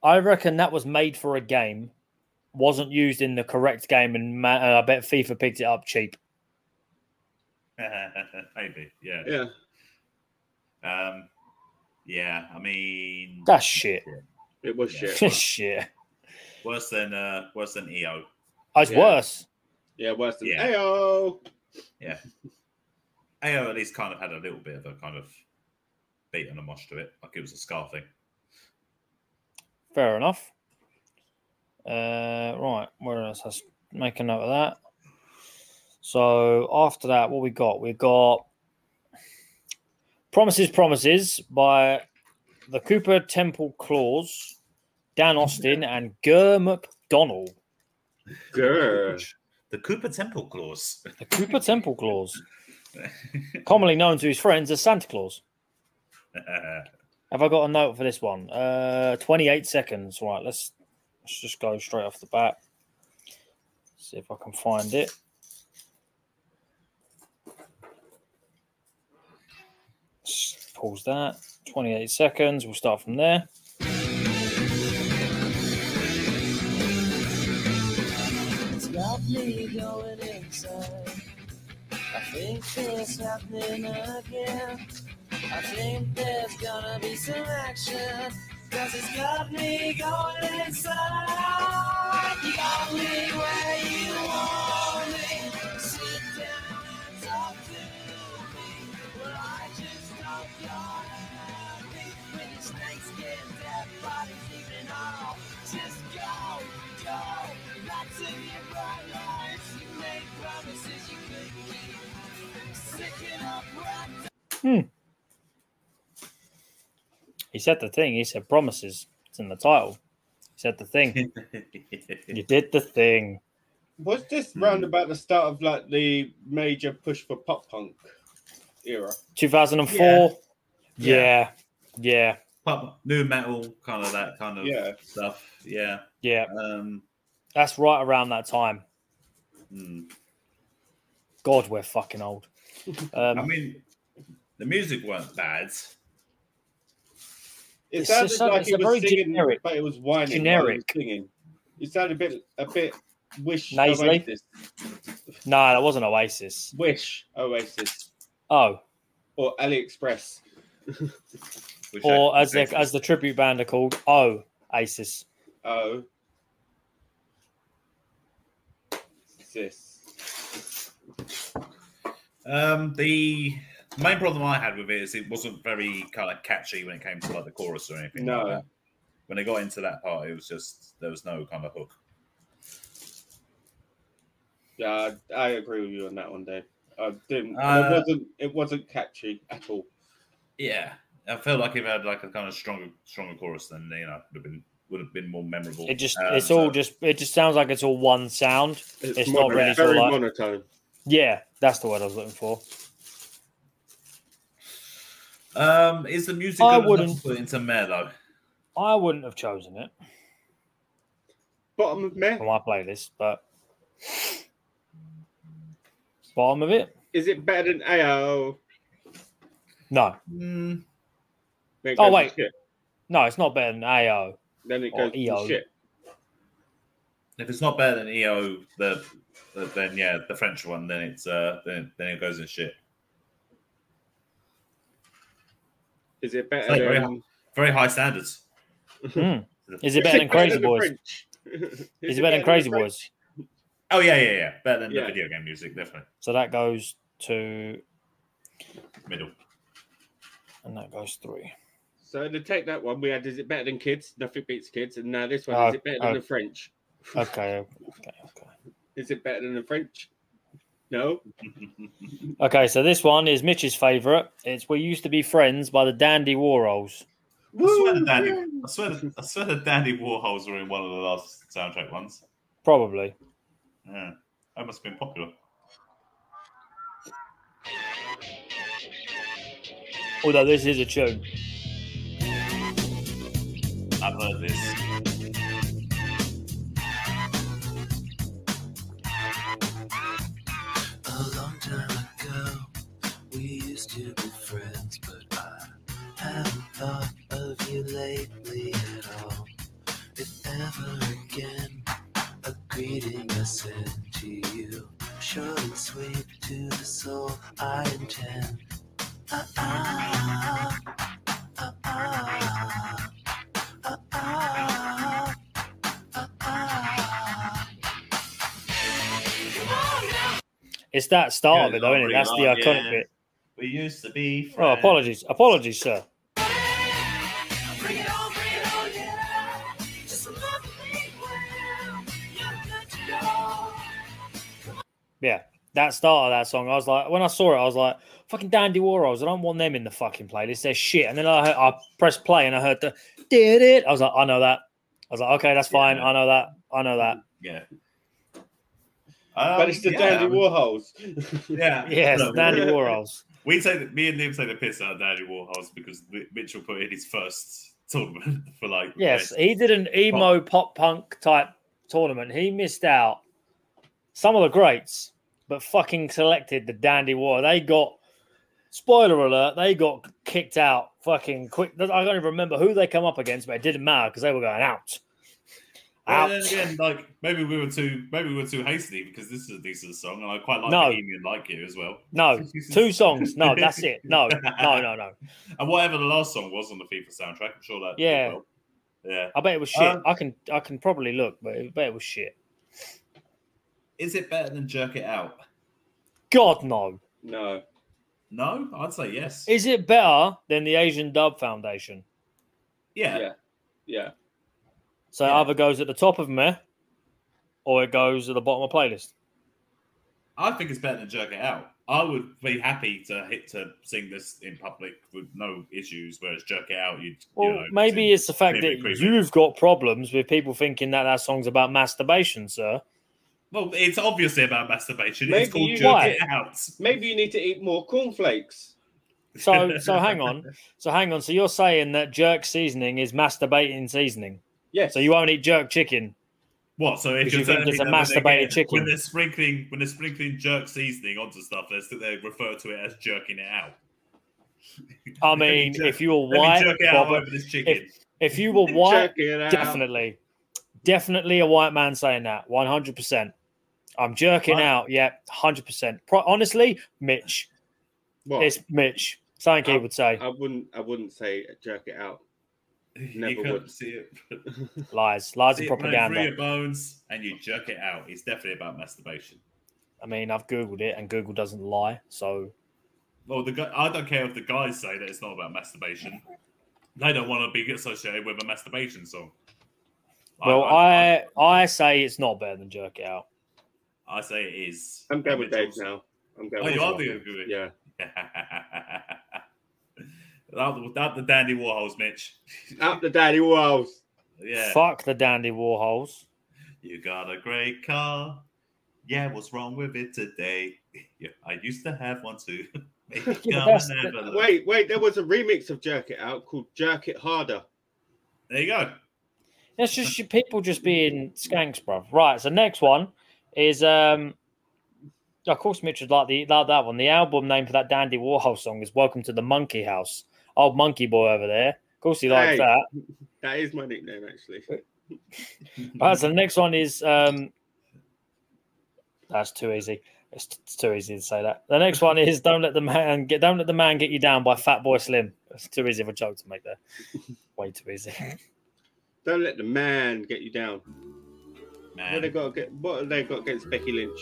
Speaker 4: I reckon that was made for a game, wasn't used in the correct game, and ma- and I bet FIFA picked it up cheap.
Speaker 2: Maybe, yeah.
Speaker 3: Yeah.
Speaker 2: Um, yeah, I mean,
Speaker 4: That's shit.
Speaker 3: It was
Speaker 2: Yeah.
Speaker 3: shit.
Speaker 4: shit. Oh,
Speaker 2: worse than uh, worse than EO.
Speaker 4: It's
Speaker 3: Yeah.
Speaker 4: worse.
Speaker 3: Yeah, worse than
Speaker 2: Yeah.
Speaker 3: Ayo.
Speaker 2: AO E at least kind of had a little bit of a kind of beat and a mosh to it, like it was a scar thing.
Speaker 4: Fair enough. Uh, right. Where else? Let's make a note of that. So after that, what we got? We got Promises, Promises by the Cooper Temple Claws, Dan Austin, and Ger McDonnell.
Speaker 3: Grr.
Speaker 2: The Cooper Temple clause.
Speaker 4: The Cooper Temple Clause, commonly known to his friends as Santa Claus. Have I got a note for this one? Uh, 28 seconds. Right, let's let's just go straight off the bat. See if I can find it. Let's pause that. 28 seconds. We'll start from there.
Speaker 6: It's got me going inside. I think things happening again. I think there's gonna be some action. Cause it's got me going inside. You got me where you want me. Sit down and talk to me. Well, I just hope you're happy. When the snakes get dead, bodies even off. Just go, go. Back to your bright lights. You made promises you couldn't keep. Sick and upright.
Speaker 4: He said the thing. He said promises. It's in the title. He said the thing. you did the thing.
Speaker 3: Was this round about the start of like the major push for pop punk era?
Speaker 4: 2004.
Speaker 2: Yeah.
Speaker 4: Yeah. Yeah.
Speaker 2: Pop, new metal, kind of that kind of
Speaker 3: Yeah.
Speaker 2: stuff. Yeah.
Speaker 4: Yeah.
Speaker 2: Um,
Speaker 4: That's right around that time.
Speaker 2: hmm.
Speaker 4: God, we're fucking old. Um,
Speaker 2: I mean, the music weren't bad.
Speaker 3: It
Speaker 4: It's
Speaker 3: sounded
Speaker 4: just-
Speaker 3: like
Speaker 4: it's
Speaker 3: he
Speaker 4: a
Speaker 3: was
Speaker 4: very
Speaker 3: singing,
Speaker 4: generic-
Speaker 3: but it was whining.
Speaker 4: generic.
Speaker 3: While he was singing. It sounded a bit, a bit wish
Speaker 4: Nasally?
Speaker 3: oasis,
Speaker 4: no, that wasn't Oasis.
Speaker 3: wish oasis,
Speaker 4: Oh,
Speaker 3: or AliExpress.
Speaker 2: Which
Speaker 4: or
Speaker 2: I-
Speaker 4: as the as the tribute band are called, Oh, Oasis.
Speaker 3: Oh, sis.
Speaker 2: um, the main problem I had with it is it wasn't very kind of catchy when it came to like the chorus or anything. like
Speaker 3: No.
Speaker 2: that. when I got into that part, it was just there was no kind of hook.
Speaker 3: Yeah, I, I agree with you on that one, Dave. I didn't. it
Speaker 2: Uh,
Speaker 3: wasn't. It wasn't catchy at all.
Speaker 2: Yeah, I feel like if it had like a kind of stronger, stronger chorus, then you know would have been would have been more memorable.
Speaker 4: It just
Speaker 2: Um,
Speaker 4: it's all
Speaker 2: so-
Speaker 4: just it just sounds like it's all one sound. It's not
Speaker 3: mono- very
Speaker 4: really sort of like-
Speaker 3: monotone.
Speaker 4: Yeah, that's the word I was looking for.
Speaker 2: Um, is the music
Speaker 4: I
Speaker 2: good enough
Speaker 4: wouldn't-
Speaker 2: to put into Mare though?
Speaker 4: I wouldn't have chosen it
Speaker 3: Bottom of meh.
Speaker 4: for my playlist, but bottom of it,
Speaker 3: Is it better than AO?
Speaker 4: no,
Speaker 2: Mm,
Speaker 3: Then it goes
Speaker 4: Oh,
Speaker 3: to
Speaker 4: wait. Oh, E
Speaker 3: shit.
Speaker 4: no, it's not better than AO.
Speaker 3: Then it
Speaker 4: Or
Speaker 3: goes to
Speaker 4: EO.
Speaker 3: shit.
Speaker 2: if it's not better than EO, the, the then yeah, the French one, then it's uh, then then it goes in shit.
Speaker 3: Is it
Speaker 2: It's like
Speaker 3: better
Speaker 2: very
Speaker 3: than?
Speaker 2: Very high standards.
Speaker 4: Hmm. Is it better than Crazy Boys?
Speaker 3: French?
Speaker 4: Is it better than Crazy
Speaker 3: French?
Speaker 4: Boys?
Speaker 2: Oh yeah, yeah, yeah, better than
Speaker 3: Yeah.
Speaker 2: the video game music, definitely.
Speaker 4: So that goes to
Speaker 2: Middle.
Speaker 4: and that goes three.
Speaker 3: So to take that one, we had is it better than kids? Nothing beats kids. And now this one,
Speaker 4: Oh,
Speaker 3: is it better than
Speaker 4: oh.
Speaker 3: the French?
Speaker 4: Okay, okay, okay.
Speaker 3: Is it better than the French? No.
Speaker 4: Okay, so this one is Mitch's favourite. It's We Used to Be Friends by the Dandy Warhols.
Speaker 2: I swear the Dandy, I swear, the, I swear the Dandy Warhols were in one of the last soundtrack ones.
Speaker 4: Probably.
Speaker 2: Yeah, that must have been popular.
Speaker 4: Although this is a tune.
Speaker 2: I've heard this.
Speaker 6: A long time ago, we used to be friends, but I haven't thought of you lately at all. If ever again, a greeting I send to you, short and sweet to the soul I intend. Ah, ah, ah, ah, ah, ah, ah, ah.
Speaker 4: It's that start of
Speaker 2: Good
Speaker 4: it, though, isn't it?
Speaker 2: Lord,
Speaker 4: That's the
Speaker 2: yeah.
Speaker 4: iconic bit.
Speaker 2: We used to be.
Speaker 4: Oh,
Speaker 2: Friends.
Speaker 4: apologies. Apologies, sir.
Speaker 5: Bring it on, bring it on, yeah. Just a lovely world. You're good to go.
Speaker 4: Yeah. That start of that song, I was like, when I saw it, I was like, fucking Dandy Warhols. I don't want them in the fucking playlist. They're shit. And then I, heard, I pressed play and I heard the did it. I was like, I know that. I was like, okay, that's fine. I know that. I know that.
Speaker 2: Yeah.
Speaker 3: but it's
Speaker 2: Um,
Speaker 3: the
Speaker 2: yeah,
Speaker 3: Dandy
Speaker 2: um,
Speaker 3: Warhols.
Speaker 2: Yeah.
Speaker 4: Yes,
Speaker 2: Look,
Speaker 4: Dandy Warhols.
Speaker 2: We take the, me and Liam take the piss out of Danny Warhols because Mi- Mitchell put in his first tournament for like
Speaker 4: Yes, he did an emo pop punk type tournament. He missed out some of the greats, but fucking selected the Dandy War. They got spoiler alert. They got kicked out fucking quick. I don't even remember who they come up against, but it didn't matter because they were going out.
Speaker 2: Well,
Speaker 4: Out.
Speaker 2: then again, like maybe we were too maybe we were too hasty because this is a decent song and I quite like
Speaker 4: No.
Speaker 2: Bohemian Like You as well.
Speaker 4: No, two songs. No, that's it. No, no, no, no.
Speaker 2: And whatever the last song was on the FIFA soundtrack, I'm sure that did
Speaker 4: Yeah.
Speaker 2: well. Yeah.
Speaker 4: I bet it was shit.
Speaker 2: Um,
Speaker 4: I can, I can probably look, but I bet it was shit.
Speaker 2: Is it better than Jerk It Out?
Speaker 4: God no.
Speaker 3: no.
Speaker 2: No, I'd say yes.
Speaker 4: Is it better than the Asian Dub Foundation?
Speaker 2: yeah.
Speaker 3: Yeah. Yeah.
Speaker 4: So it
Speaker 2: Yeah.
Speaker 4: either goes at the top of me or it goes at the bottom of playlist.
Speaker 2: I think it's better than Jerk It Out. I would be happy to hit to sing this in public with no issues, whereas Jerk It Out, you'd
Speaker 4: Well,
Speaker 2: you know,
Speaker 4: maybe
Speaker 2: sing-
Speaker 4: it's the fact
Speaker 2: maybe
Speaker 4: that
Speaker 2: creepy.
Speaker 4: you've got problems with people thinking that that song's about masturbation, sir.
Speaker 2: Well, it's obviously about masturbation.
Speaker 3: Maybe
Speaker 2: it's called
Speaker 3: you-
Speaker 2: Jerk
Speaker 4: Why?
Speaker 2: It Out.
Speaker 3: Maybe you need to eat more cornflakes.
Speaker 4: So, so hang on. So hang on. So you're saying that jerk seasoning is masturbating seasoning.
Speaker 3: Yes.
Speaker 4: So you won't eat jerk chicken.
Speaker 2: What? So if
Speaker 4: Because you
Speaker 2: you're
Speaker 4: think
Speaker 2: telling me
Speaker 4: it's
Speaker 2: that
Speaker 4: a
Speaker 2: when they're
Speaker 4: masturbated
Speaker 2: getting-
Speaker 4: chicken.
Speaker 2: when they're sprinkling when they're sprinkling jerk seasoning onto stuff, they still- they refer to it as jerking it out.
Speaker 4: I
Speaker 2: Let me
Speaker 4: mean,
Speaker 2: jerk-
Speaker 4: if you were
Speaker 2: Let me
Speaker 4: white,
Speaker 2: jerk it out
Speaker 4: Bob,
Speaker 2: over this chicken.
Speaker 4: if you were white,
Speaker 3: Check it out.
Speaker 4: definitely, definitely a white man saying that. One hundred percent. I'm jerking
Speaker 2: What?
Speaker 4: out. Yeah, hundred percent. Pro- honestly, Mitch,
Speaker 3: What?
Speaker 4: it's Mitch. Something he
Speaker 3: Um,
Speaker 4: would say.
Speaker 3: I wouldn't. I wouldn't say jerk it out.
Speaker 2: you
Speaker 3: never
Speaker 2: can't
Speaker 3: would.
Speaker 2: see it.
Speaker 4: lies, lies
Speaker 2: See it running through
Speaker 4: and propaganda.
Speaker 2: your bones, and you jerk it out. It's definitely about masturbation.
Speaker 4: I mean, I've googled it, and Google doesn't lie. So
Speaker 2: Well, the guy, I don't care if the guys say that it's not about masturbation. They don't want to be associated with a masturbation song.
Speaker 4: well, I I say it's not better than jerk it out.
Speaker 2: I, I say it is.
Speaker 3: I'm going with Dave
Speaker 2: Mitchell's-
Speaker 3: now. I'm going.
Speaker 2: Oh,
Speaker 3: with
Speaker 2: you are
Speaker 3: Dave.
Speaker 2: doing good.
Speaker 3: Yeah.
Speaker 2: that, that the Dandy Warhols, Mitch.
Speaker 3: Up the daddy walls.
Speaker 2: Yeah.
Speaker 4: Fuck the dandy Warhols.
Speaker 2: You got a great car. Yeah, what's wrong with it today? Yeah, I used to have one too. Make it
Speaker 4: Yeah,
Speaker 2: come
Speaker 4: that's
Speaker 2: and have a look.
Speaker 3: Wait, wait. There was a remix of Jerk It Out called Jerk It Harder.
Speaker 2: There you go.
Speaker 4: That's just your people just being skanks, bruv. Right. So next one is um. Of course, Mitch would like the like that one. The album name for that Dandy Warhol song is "Welcome to the Monkey House." Old monkey boy over there. Of course, he likes
Speaker 3: Hey.
Speaker 4: that.
Speaker 3: That is my nickname, actually.
Speaker 4: Right, so the next one is um that's too easy. It's, t- it's too easy to say that. The next one is don't let the man get don't let the man get you down by Fat Boy Slim. It's too easy of a joke to make there. Way too easy.
Speaker 3: Don't let the man get you down. What have they
Speaker 2: Man.
Speaker 3: got? Get, what have they got against Becky Lynch?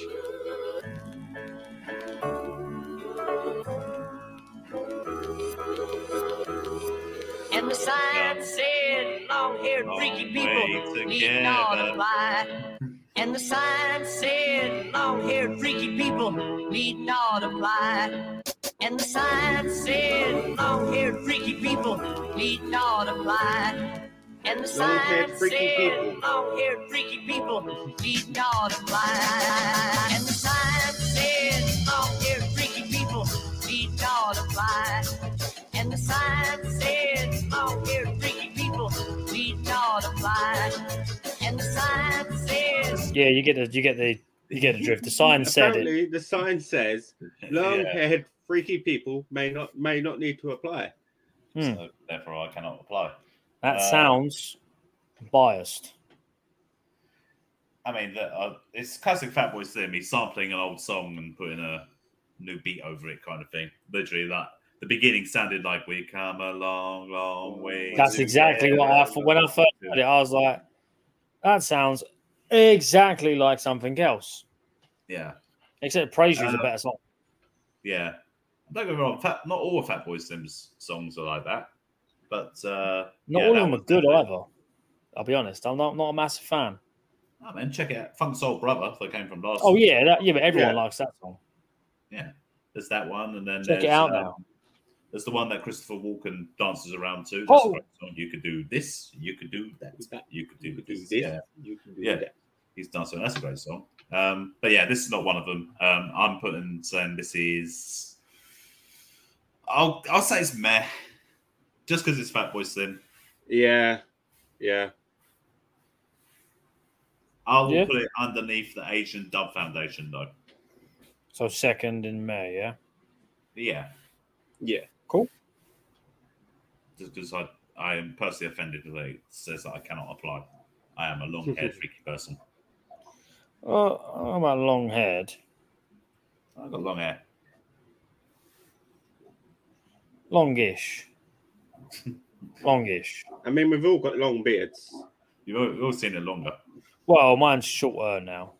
Speaker 5: And we fat, sad, long haired,
Speaker 2: Long
Speaker 5: freaky
Speaker 2: way
Speaker 5: people eating all the
Speaker 2: together.
Speaker 5: pie. And the sign said, long haired, freaky people eating all the pie. And the sign said, long haired, freaky people eating all the pie. And the sign
Speaker 3: Long-haired, freaky people.
Speaker 5: said, long haired, freaky people eating all the pie. And the sign said, long haired, freaky people eating all the pie. And the sign said, long haired, freaky people eating all the pie. And the sign said,
Speaker 4: Yeah, you get the you get the you get the drift. The sign said it.
Speaker 3: Apparently, the sign says long-haired freaky people may not may not need to apply.
Speaker 4: Hmm.
Speaker 2: So therefore, I cannot apply.
Speaker 4: That
Speaker 2: Uh,
Speaker 4: sounds biased.
Speaker 2: I mean, the, uh, it's classic Fat Boy Slim. He's sampling an old song and putting a new beat over it, kind of thing. Literally, that the beginning sounded like "We come a long, long way."
Speaker 4: That's exactly what I thought. When I first heard it, I was like, that sounds exactly like something else.
Speaker 2: Yeah,
Speaker 4: Except Praise You's a
Speaker 2: Uh,
Speaker 4: better song.
Speaker 2: yeah. Don't get me wrong. Fat, not all of Fat Boy Slim's songs are like that, but uh,
Speaker 4: Not
Speaker 2: yeah,
Speaker 4: all
Speaker 2: that
Speaker 4: of them are
Speaker 2: was-
Speaker 4: good either. I'll be honest. I'm not, not a massive fan.
Speaker 2: Oh, man, check it out. Funk Soul Brother that came from last.
Speaker 4: Oh, yeah. That, yeah, but everyone
Speaker 3: Yeah.
Speaker 4: likes that song.
Speaker 2: There's that one, and then
Speaker 4: Check it
Speaker 2: there's,
Speaker 4: out
Speaker 2: um,
Speaker 4: now.
Speaker 2: There's the one that Christopher Walken dances around to. That's
Speaker 4: Oh.
Speaker 2: the song. You could do this. You could do that.
Speaker 3: That-
Speaker 2: You could do,
Speaker 3: You can do
Speaker 2: this.
Speaker 3: this.
Speaker 2: Yeah,
Speaker 3: You can do
Speaker 2: Yeah.
Speaker 3: that.
Speaker 2: he's dancing. That's a great song. Um, but yeah, this is not one of them. Um, I'm putting saying this is. I'll I'll say it's meh, just because it's Fatboy Slim.
Speaker 3: Yeah. Yeah.
Speaker 2: I will
Speaker 4: Yeah.
Speaker 2: put it underneath the Asian Dub Foundation though.
Speaker 4: So, second in May, yeah?
Speaker 2: Yeah,
Speaker 3: Yeah.
Speaker 2: just because I I am personally offended that it says that I cannot apply. I am a long-haired freaky person.
Speaker 4: Oh, I'm about long haired.
Speaker 2: I've got long hair.
Speaker 4: Longish. Longish.
Speaker 3: I mean, we've all got long beards.
Speaker 2: You've all, you've all seen it longer.
Speaker 4: Well, mine's shorter now.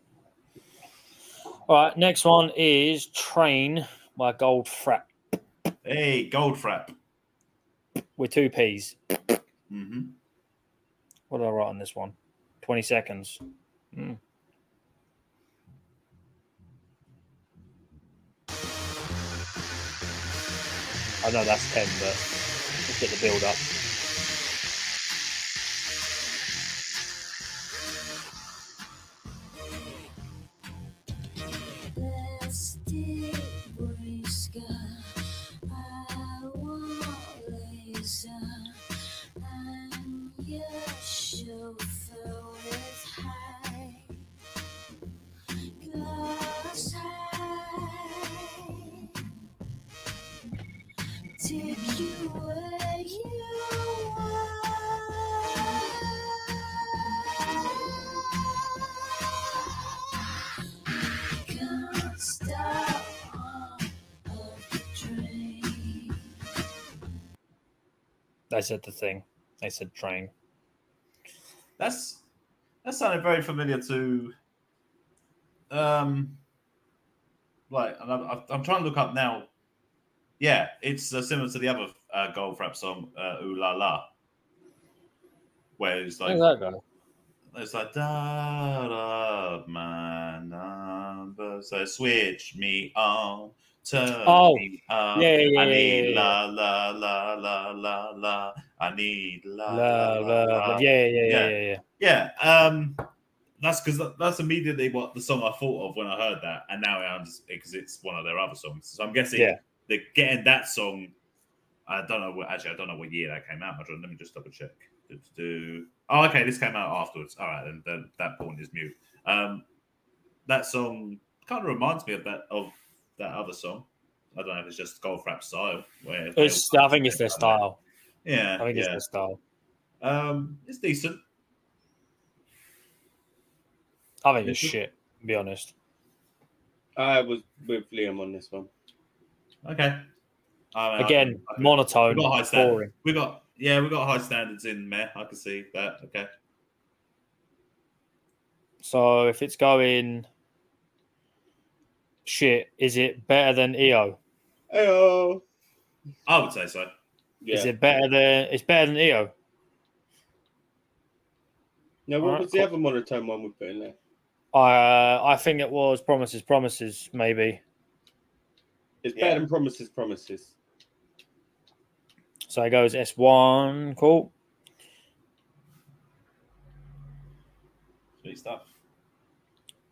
Speaker 4: All right, next one is Train by Gold Frap
Speaker 2: Hey, gold frap.
Speaker 4: with two P's.
Speaker 2: hmm
Speaker 4: What did I write on this one? 20 seconds. Hmm. I know that's 10, but let's get the build up.
Speaker 7: Take you where you are. Can't stop on a train.
Speaker 4: They said the thing. They said train.
Speaker 2: That's that sounded very familiar to, um, like and I'm, I'm- I'm trying to look up now. Yeah, it's uh, similar to the other uh, gold frap song, uh, "Ooh La La," where it's
Speaker 4: Oh,
Speaker 2: like it's like da da my number, so switch me on. Turn
Speaker 4: Oh,
Speaker 2: me on.
Speaker 4: yeah, yeah,
Speaker 2: I
Speaker 4: yeah,
Speaker 2: need
Speaker 4: yeah,
Speaker 2: la
Speaker 4: yeah.
Speaker 2: la la la la la. I need la
Speaker 4: La, la, la. Yeah, yeah, yeah, yeah, yeah.
Speaker 2: uh, yeah, um, that's because that's immediately what the song I thought of when I heard that, and now I understand because it's one of their other songs. So I'm guessing
Speaker 4: Yeah.
Speaker 2: they're getting that song. I don't know. What, actually, I don't know what year that came out. Madron. Let me just double check. Do-do-do. Oh, okay, this came out afterwards. All right, then, then that point is mute. Um, that song kind of reminds me of that of that other song. I don't know if it's just golf rap style. Where they
Speaker 4: It's,
Speaker 2: all-
Speaker 4: I think it's their style.
Speaker 2: Yeah,
Speaker 4: I think
Speaker 2: yeah.
Speaker 4: it's their style.
Speaker 2: um, it's decent.
Speaker 4: I think it's
Speaker 2: Mhm.
Speaker 4: shit, to be honest.
Speaker 3: I was with Liam on this one.
Speaker 2: Okay. I mean, I-
Speaker 4: Again,
Speaker 2: Uh, I-
Speaker 4: monotone,
Speaker 2: We got high standards.
Speaker 4: boring.
Speaker 2: We got yeah, we got high standards in Meh. I can see that. Okay.
Speaker 4: So if it's going shit, is it better than E EO?
Speaker 3: Oh,
Speaker 2: I would say so.
Speaker 3: yeah.
Speaker 4: Is it better than E it's better than EO?
Speaker 3: No, what
Speaker 4: Alright,
Speaker 3: was the
Speaker 4: cool.
Speaker 3: other monotone one we put in there?
Speaker 4: Uh, I think it was Promises, Promises, maybe.
Speaker 3: It's
Speaker 2: Yeah.
Speaker 3: better than promises, promises.
Speaker 4: So it goes S1. Cool.
Speaker 2: Sweet stuff.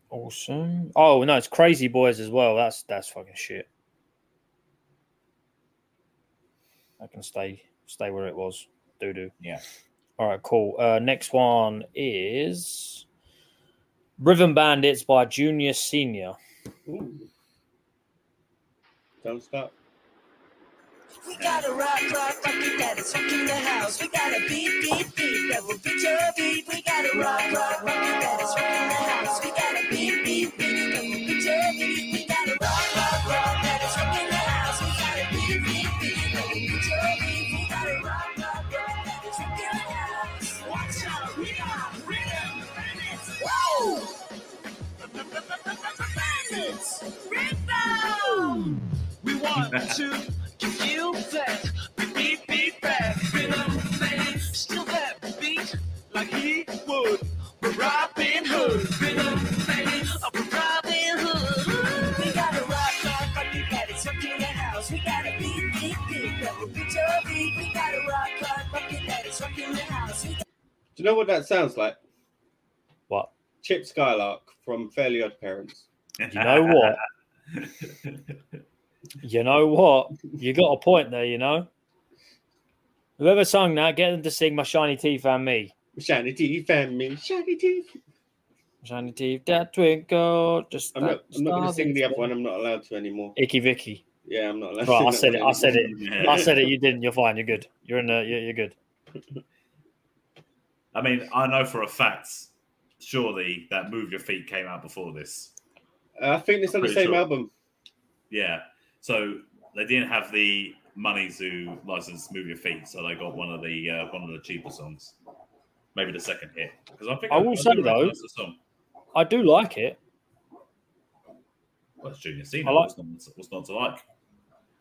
Speaker 4: Awesome. Oh, no, it's Crazy Boys as well. That's that's fucking shit. I can stay stay where it was. Doo doo.
Speaker 2: Yeah.
Speaker 4: All right, cool. Uh, next one is Riven Bandits by Junior Senior.
Speaker 3: Ooh. Don't stop.
Speaker 5: We gotta rock, rock, rock it, that is rocking the house. We gotta beat, beat, beat, that will beat your beat. We gotta rock, rock, rock it, that is rocking the house. We gotta beat, beat, beat, that will beat your beat. We gotta rock, rock, rock, that is rocking the house. We gotta beat, beat, beat, that will beat your beat. We gotta rock, rock, rock, that is rocking the house. Watch out, we are rhythm bandits. Woo! Bandits, rhythm. We want to give you that beat, beat, back, rhythm, baby. Steal that beat like he would. We're Robin Hood, rhythm, baby. Oh, we're Robin Hood. We gotta rock, rock, rock your body, tuck in the house. We gotta beat, beat, beat, that will beat your beat. We gotta rock, rock, rock your body, tuck in the house. We
Speaker 3: Do you know what that sounds like?
Speaker 4: What?
Speaker 3: Chip Skylark from Fairly Odd Parents.
Speaker 4: You know what? you know what? You got a point there, you know? Whoever sung that, get them to sing My Shiny Teeth and Me.
Speaker 3: Shiny teeth and me, shiny teeth.
Speaker 4: Shiny Teeth, that twinkle. Just
Speaker 3: I'm not. I'm not going to
Speaker 4: that
Speaker 3: sing the other
Speaker 4: star-
Speaker 3: one. I'm not allowed to anymore.
Speaker 4: Icky Vicky.
Speaker 3: Yeah, I'm not allowed.
Speaker 4: Right, I
Speaker 3: to sing
Speaker 4: said
Speaker 3: that
Speaker 4: it.
Speaker 3: one
Speaker 4: I said it.
Speaker 2: Yeah.
Speaker 4: I said it. You didn't. You're fine. You're good. You're in the. You're, you're good.
Speaker 2: I mean, I know for a fact, surely that Move Your Feet came out before this.
Speaker 3: anymore. Uh, I think it's on the
Speaker 2: Pretty
Speaker 3: same
Speaker 2: sure.
Speaker 3: album.
Speaker 2: Yeah. So they didn't have the money to license Move Your Feet, so they got one of the uh, one of the cheaper songs. Maybe the second hit. Because I think
Speaker 4: I will
Speaker 2: do
Speaker 4: say,
Speaker 2: recognise
Speaker 4: though-
Speaker 2: the song.
Speaker 4: I do like it.
Speaker 2: Well, it's Junior
Speaker 4: I
Speaker 2: Senior.
Speaker 4: like-
Speaker 2: What's, not, what's not to like?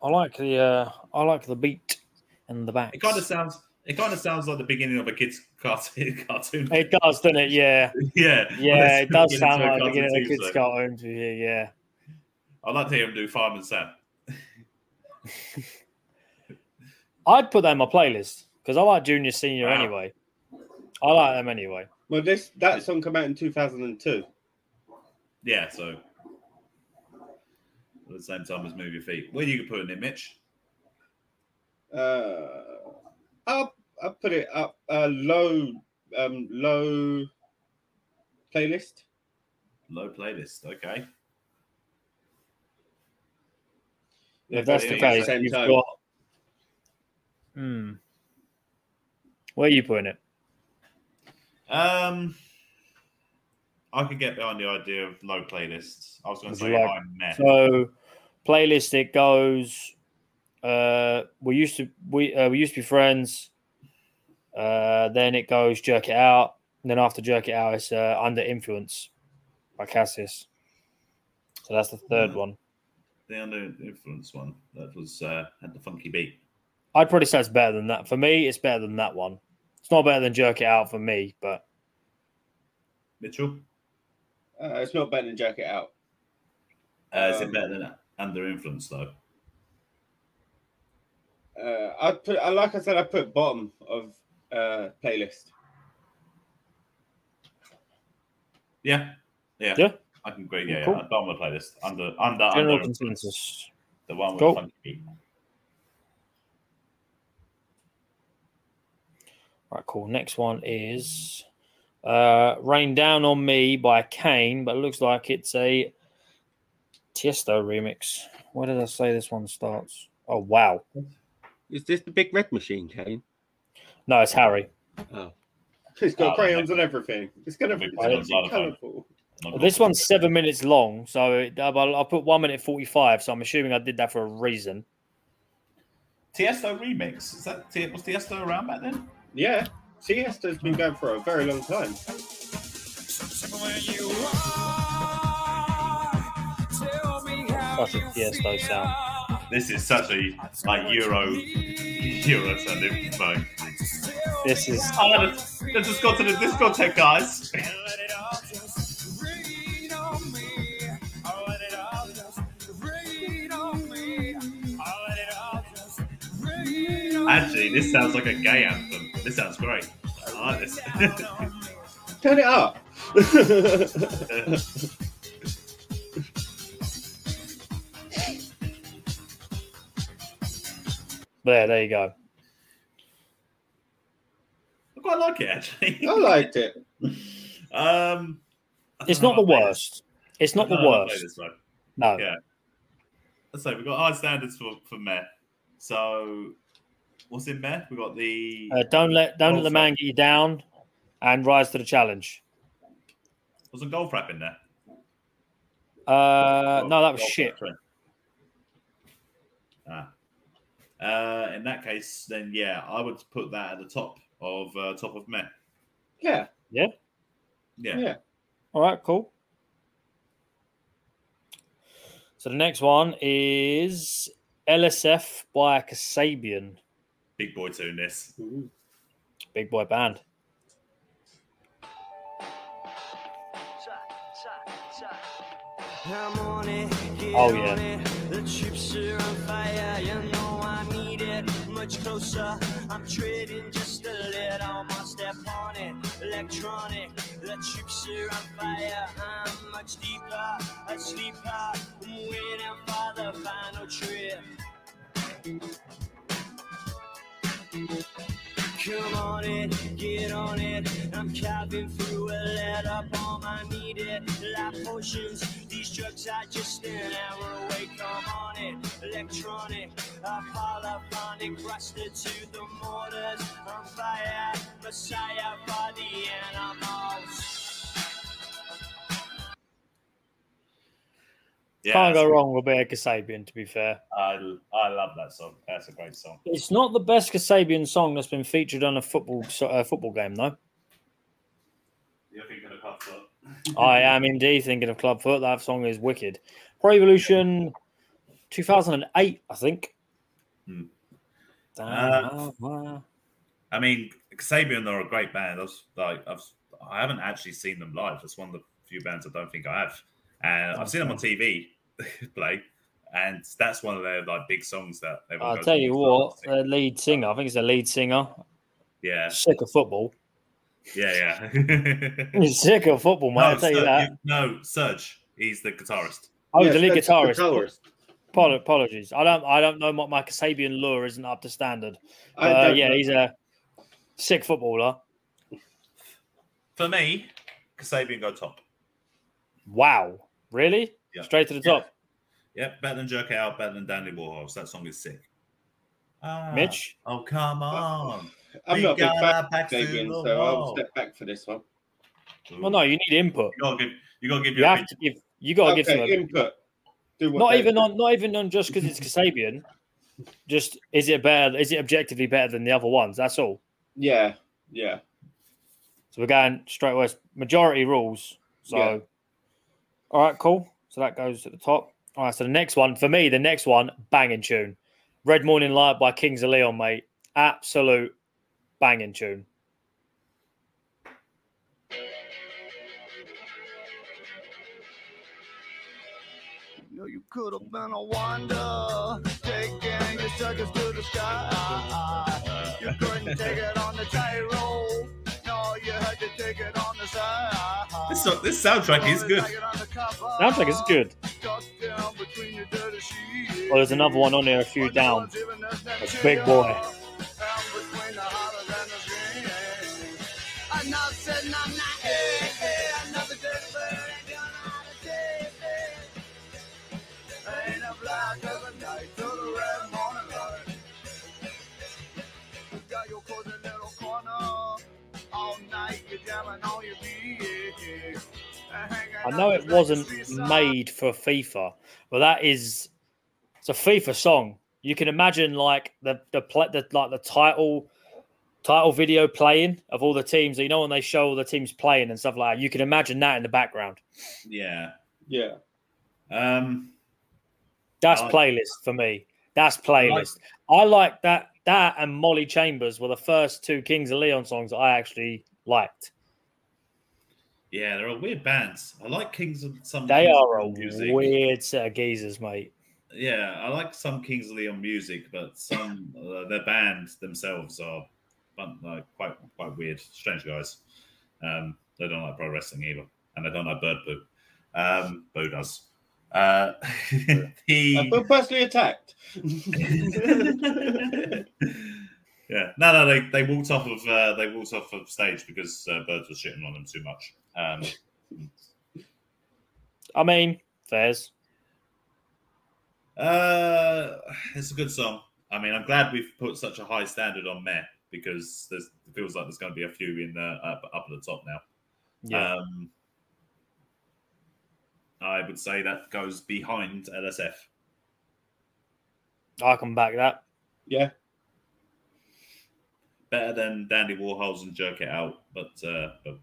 Speaker 4: I like the. Uh, I like the beat and the back.
Speaker 2: It kind of sounds. It kind of sounds like the beginning of a kids' cartoon. cartoon.
Speaker 4: It does, doesn't it? Yeah.
Speaker 2: yeah.
Speaker 4: Yeah, it does
Speaker 2: Beginning
Speaker 4: sound
Speaker 2: to a
Speaker 4: like the
Speaker 2: cartoon
Speaker 4: beginning of a
Speaker 2: TV
Speaker 4: kid's
Speaker 2: show.
Speaker 4: cartoon to you, yeah.
Speaker 2: I'd like to hear him do Fireman Sam.
Speaker 4: I'd put that in my playlist because I like Junior Senior
Speaker 2: Wow.
Speaker 4: anyway. I like them anyway.
Speaker 3: Well, this that song came out in 2002.
Speaker 2: Yeah, so at the same time as move your feet. Where you could put in it, Mitch?
Speaker 3: Uh, I'll I'll put it up uh, low um low playlist.
Speaker 2: Low playlist. Okay.
Speaker 3: Yeah,
Speaker 4: if that's
Speaker 3: but
Speaker 4: the
Speaker 3: it is
Speaker 4: case,
Speaker 3: same
Speaker 4: you've
Speaker 3: time.
Speaker 4: got. Hmm. Where are you putting it?
Speaker 2: Um, I could get behind the idea of low playlists. I was going
Speaker 4: Would
Speaker 2: to
Speaker 4: you
Speaker 2: say
Speaker 4: like-
Speaker 2: high meh.
Speaker 4: So, playlist it goes. Uh, we used to we uh, we used to be friends. Uh, then it goes jerk it out. And then after jerk it out, it's uh, under influence by Cassius. So that's the
Speaker 2: Mm.
Speaker 4: third one.
Speaker 2: the under influence one that was uh, had the funky beat.
Speaker 4: I'd probably say it's better than that. For me, it's better than that one. It's not better than jerk it out for me, but
Speaker 2: Mitchell,
Speaker 3: Uh, it's not better than Jack It Out.
Speaker 2: uh, is it
Speaker 3: Um,
Speaker 2: better than under influence though?
Speaker 3: Uh, I put I like I said I put bottom of uh playlist.
Speaker 2: Yeah, yeah,
Speaker 4: Yeah.
Speaker 2: I can agree. Yeah,
Speaker 4: Cool.
Speaker 2: yeah. Bottom of the playlist under under
Speaker 4: general
Speaker 2: under influence,
Speaker 4: consensus.
Speaker 2: the one with
Speaker 4: Cool.
Speaker 2: funky beat.
Speaker 4: Right, cool. Next one is uh, Rain Down on Me by Kane, but it looks like it's a Tiesto remix. Where did I say this one starts? Oh, wow.
Speaker 3: Is this the big red machine, Kane?
Speaker 4: No, it's Harry.
Speaker 3: It's
Speaker 2: Oh,
Speaker 3: got crayons and everything. It's gonna
Speaker 2: Big
Speaker 3: it's
Speaker 2: red
Speaker 3: gonna be
Speaker 2: xylophone.
Speaker 3: colourful.
Speaker 2: Not
Speaker 4: Well,
Speaker 2: good.
Speaker 4: this one's seven minutes long, so it, I, I put one minute 45, so I'm assuming I did that for a reason.
Speaker 2: Tiesto remix. Is that T- was Tiesto around back then?
Speaker 3: Yeah, Siesta's been going for a very long time.
Speaker 6: Where you are, tell me how
Speaker 4: That's a
Speaker 6: you
Speaker 4: Tiesto
Speaker 6: feel.
Speaker 4: sound.
Speaker 2: This is such a like Euro Euro sounding phone.
Speaker 6: Tell
Speaker 4: This is
Speaker 2: Oh, they just got to the discotheque, guys.
Speaker 5: Oh, Oh,
Speaker 2: Actually, this sounds like a gay anthem. This sounds great. I like this.
Speaker 3: Turn it up.
Speaker 4: there. There you go.
Speaker 2: I quite like it actually.
Speaker 3: I liked it.
Speaker 2: Um, I
Speaker 4: It's
Speaker 2: don't
Speaker 4: not
Speaker 2: know
Speaker 4: the
Speaker 2: if I play
Speaker 4: worst. It's
Speaker 2: this-
Speaker 4: not
Speaker 2: I
Speaker 4: the
Speaker 2: don't know if I play
Speaker 4: worst.
Speaker 2: this one.
Speaker 4: No.
Speaker 2: Yeah. Let's say we've got high standards for for Meh. So, what's in Meh? We got the
Speaker 4: Uh, don't let don't let the
Speaker 2: Also-
Speaker 4: man get you down, and rise to the challenge.
Speaker 2: wasn't golf rap in there.
Speaker 4: Uh,
Speaker 2: Well,
Speaker 4: no, that was
Speaker 2: well,
Speaker 4: shit.
Speaker 2: sorry. Ah. Uh, in that case, then yeah, I would put that at the top of uh, top of men.
Speaker 3: Yeah.
Speaker 2: Yeah.
Speaker 3: Yeah.
Speaker 4: All right, cool. So the next one is LSF by Kasabian,
Speaker 2: big boy tune this.
Speaker 3: Mhm.
Speaker 4: big boy band.
Speaker 6: I'm on it, get
Speaker 4: Oh,
Speaker 6: on
Speaker 4: yeah.
Speaker 6: it. The chips are on fire, you know I need it. Much closer, I'm trading just a little more. Step on it, electronic. The chips are on fire, I'm much deeper, a sleeper. I'm waiting for the final trip. Come on in, get on it. I'm calving through a let up all my needed life potions. These drugs are just an hour away. Come on in, electronic. I fall upon it, crusted to the mortars. I'm fire, messiah for the animals.
Speaker 2: Yeah,
Speaker 4: Can't go
Speaker 2: that's-
Speaker 4: wrong with a bit of Kasabian, to be fair.
Speaker 2: I, I love that song. That's a great song.
Speaker 4: It's not the best Kasabian song that's been featured on a football so- uh, football game, though.
Speaker 2: You're thinking of Puff Up.
Speaker 4: I am indeed thinking of Clubfoot. That song is wicked. Pro Evolution 2008, I think.
Speaker 2: Hmm. Uh,
Speaker 4: Da-
Speaker 2: I mean, Kasabian are a great band. I've like I've I haven't actually seen them live. It's one of the few bands I don't think I have, and I've seen them on TV play, and that's one of their like big songs that. everyone
Speaker 4: I'll
Speaker 2: goes
Speaker 4: tell
Speaker 2: along
Speaker 4: you
Speaker 2: to.
Speaker 4: what, their lead singer, I think it's their lead singer,
Speaker 2: Yeah,
Speaker 4: sick of football.
Speaker 2: yeah, yeah.
Speaker 4: He's sick of football, mate. uh, I'll tell you
Speaker 2: Serge-
Speaker 4: that.
Speaker 2: no, Serge. He's the guitarist.
Speaker 4: Oh,
Speaker 3: Yes,
Speaker 4: the lead
Speaker 3: that's
Speaker 4: guitarist.
Speaker 3: guitarist.
Speaker 4: Apolo- Apologies. I don't. I don't know what my Kasabian lure isn't up to standard.
Speaker 3: I
Speaker 4: Uh,
Speaker 3: don't
Speaker 4: yeah,
Speaker 3: know.
Speaker 4: he's a sick footballer.
Speaker 2: For me, Kasabian go top.
Speaker 4: Wow. Really?
Speaker 2: Yeah.
Speaker 4: Straight to the
Speaker 2: Yeah.
Speaker 4: top.
Speaker 2: Yep, better than Jerk It Out, better than Danny Warhols. That song is sick. Ah,
Speaker 4: Mitch?
Speaker 2: Oh, come on.
Speaker 3: I'm
Speaker 2: We
Speaker 3: not a big
Speaker 2: got
Speaker 3: fan
Speaker 2: our
Speaker 3: of
Speaker 2: backs to
Speaker 3: Fabian,
Speaker 2: the
Speaker 4: oh,
Speaker 3: so I'll
Speaker 2: wall.
Speaker 3: step back for this one.
Speaker 4: Well, no, you need input.
Speaker 2: You gotta give, you gotta give
Speaker 4: You
Speaker 2: your
Speaker 4: have
Speaker 2: opinion.
Speaker 4: to give. You gotta give
Speaker 3: okay,
Speaker 4: some.
Speaker 3: input. Do what
Speaker 4: Not
Speaker 3: they-
Speaker 4: even on. Not even on just because it's Kasabian. Just is it better? Is it objectively better than the other ones? That's all.
Speaker 3: Yeah, yeah.
Speaker 4: So we're going straight away. It's Majority rules. So,
Speaker 3: Yeah.
Speaker 4: all right, cool. So that goes at the top. All right. So the next one for me, the next one, banging tune, "Red Morning Light" by Kings of Leon, mate. Absolute banging tune.
Speaker 6: You know you could have been a wonder, taking your circus to the sky. You couldn't take it on the tightrope. No, you had to take it on the side.
Speaker 2: This, so- this soundtrack is good.
Speaker 4: Sounds like it's good.
Speaker 6: Well,
Speaker 4: Well, there's another one on there, a few down. A big boy.
Speaker 6: Got your cozy little corner. All night you're jamming on your beat.
Speaker 4: I know it wasn't made for FIFA, but that is it's a FIFA song. You can imagine like the the, pla the like the title title video playing of all the teams. You know when they show all the teams playing and stuff like that. You can imagine that in the background.
Speaker 2: Yeah.
Speaker 3: Yeah.
Speaker 2: Um,
Speaker 4: That's
Speaker 2: I like- Oh,
Speaker 4: playlist for me. That's playlist. I like that that and Molly Chambers were the first two Kings of Leon songs I actually liked.
Speaker 2: Yeah, they're all weird bands. I like Kings of some.
Speaker 4: They
Speaker 2: Kings of
Speaker 4: are a
Speaker 2: Leon music.
Speaker 4: weird set of geezers, mate.
Speaker 2: Yeah, I like some Kings of Leon music, but some uh, their band themselves are um, like quite quite weird, strange guys. Um, they don't like pro wrestling either, and they don't like bird poo. Um, Boo does. Uh,
Speaker 3: I
Speaker 2: the
Speaker 3: feel Uh, personally attacked.
Speaker 2: yeah, no, no, they, they walked off of uh, they walked off of stage because uh, Birds was shitting on them too much. Um,
Speaker 4: I mean, fairs.
Speaker 2: uh, it's a good song. I mean, I'm glad we've put such a high standard on Meh because there's, it feels like there's going to be a few in the up, up at the top now.
Speaker 4: Yeah.
Speaker 2: Um, I would say that goes behind LSF. Uh,
Speaker 4: I can back that.
Speaker 3: Yeah,
Speaker 2: Better than Dandy Warhols and Jerk It Out, but uh, but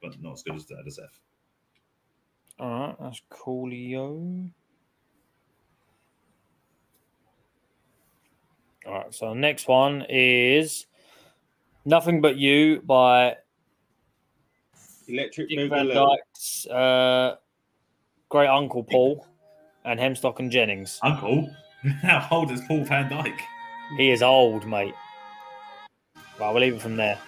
Speaker 2: but not as good as LSF.
Speaker 4: All right, that's coolio. All right, so the next one is Nothing But You by
Speaker 3: electric
Speaker 4: Dick Van
Speaker 3: Boogaloo.
Speaker 4: Dyke's uh, great uncle Paul and Hemstock and Jennings.
Speaker 2: Uncle, how old is Paul Van Dyke?
Speaker 4: He is old, mate. Right, we'll leave it from there.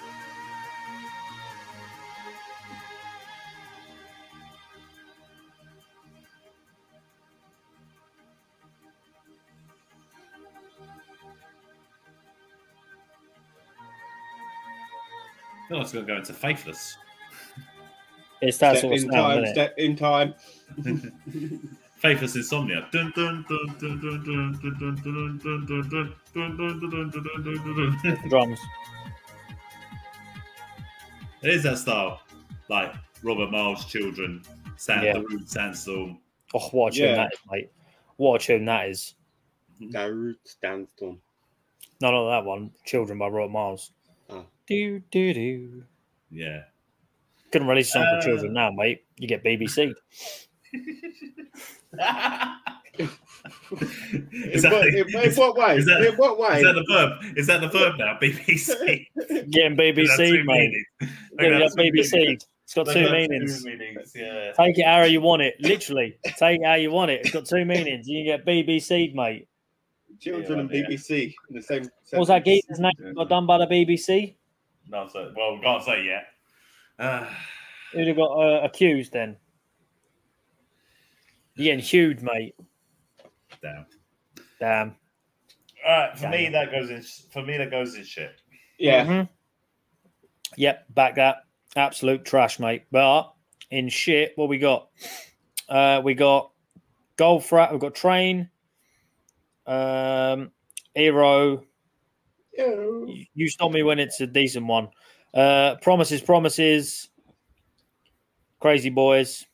Speaker 2: I feel like it's going to go into Faithless.
Speaker 4: It's that
Speaker 3: Step
Speaker 4: sort of
Speaker 3: in
Speaker 4: sound,
Speaker 3: time,
Speaker 4: isn't it?
Speaker 3: step in time.
Speaker 2: Faithless Insomnia. Dun, dun, dun, dun, dun, dun, dun, dun, dun, dun, dun, dun, dun, dun, dun, dun, dun, dun, dun.
Speaker 4: The drums.
Speaker 2: It is that style, like Robert Miles' Children, Sand,
Speaker 4: Yeah.
Speaker 2: the Root Sandstorm.
Speaker 4: Oh, what a tune
Speaker 3: Yeah.
Speaker 4: that is, mate. What a tune that is.
Speaker 3: Darude Stanstorm.
Speaker 4: No, not that one. Children by Robert Miles.
Speaker 3: Oh.
Speaker 4: Do, do, do.
Speaker 2: Yeah.
Speaker 4: Couldn't release a song
Speaker 2: Uh,
Speaker 4: for children now, mate. You get BBC.
Speaker 2: is,
Speaker 3: In,
Speaker 2: that,
Speaker 3: what, in, in
Speaker 2: is, is
Speaker 3: what way?
Speaker 2: is that-
Speaker 3: in what way?
Speaker 2: that the verb? Is that the verb now? BBC.
Speaker 4: Getting
Speaker 2: That's two
Speaker 4: BBC, mate.
Speaker 2: meanings. Okay,
Speaker 4: Getting
Speaker 2: that's two
Speaker 4: BBC.
Speaker 2: meanings.
Speaker 4: It's got
Speaker 2: That's
Speaker 4: two
Speaker 2: two
Speaker 4: meanings.
Speaker 2: meanings, Yeah.
Speaker 4: Take it how you want it. Literally, take it how you want it. It's got two meanings. You can get BBC, mate.
Speaker 3: Children and
Speaker 2: Yeah, yeah.
Speaker 3: BBC in the same.
Speaker 4: What was that geezer's name? that Got done by the BBC.
Speaker 2: No, so, well, we can't say yet. Uh,
Speaker 4: Who'd have got uh, accused then? You're getting huge, mate.
Speaker 2: damn.
Speaker 4: Damn.
Speaker 2: All right, for me
Speaker 4: Damn.
Speaker 2: that goes in. For me that goes in shit.
Speaker 3: Yeah,
Speaker 4: Mhm. Yep, back that. Absolute trash, mate. But in shit, what we got? Uh, we got Gold Frat, we've got Train, um, Hero.
Speaker 3: yeah.
Speaker 4: You- You stop me when it's a decent one. Uh, promises, promises. Crazy Boys.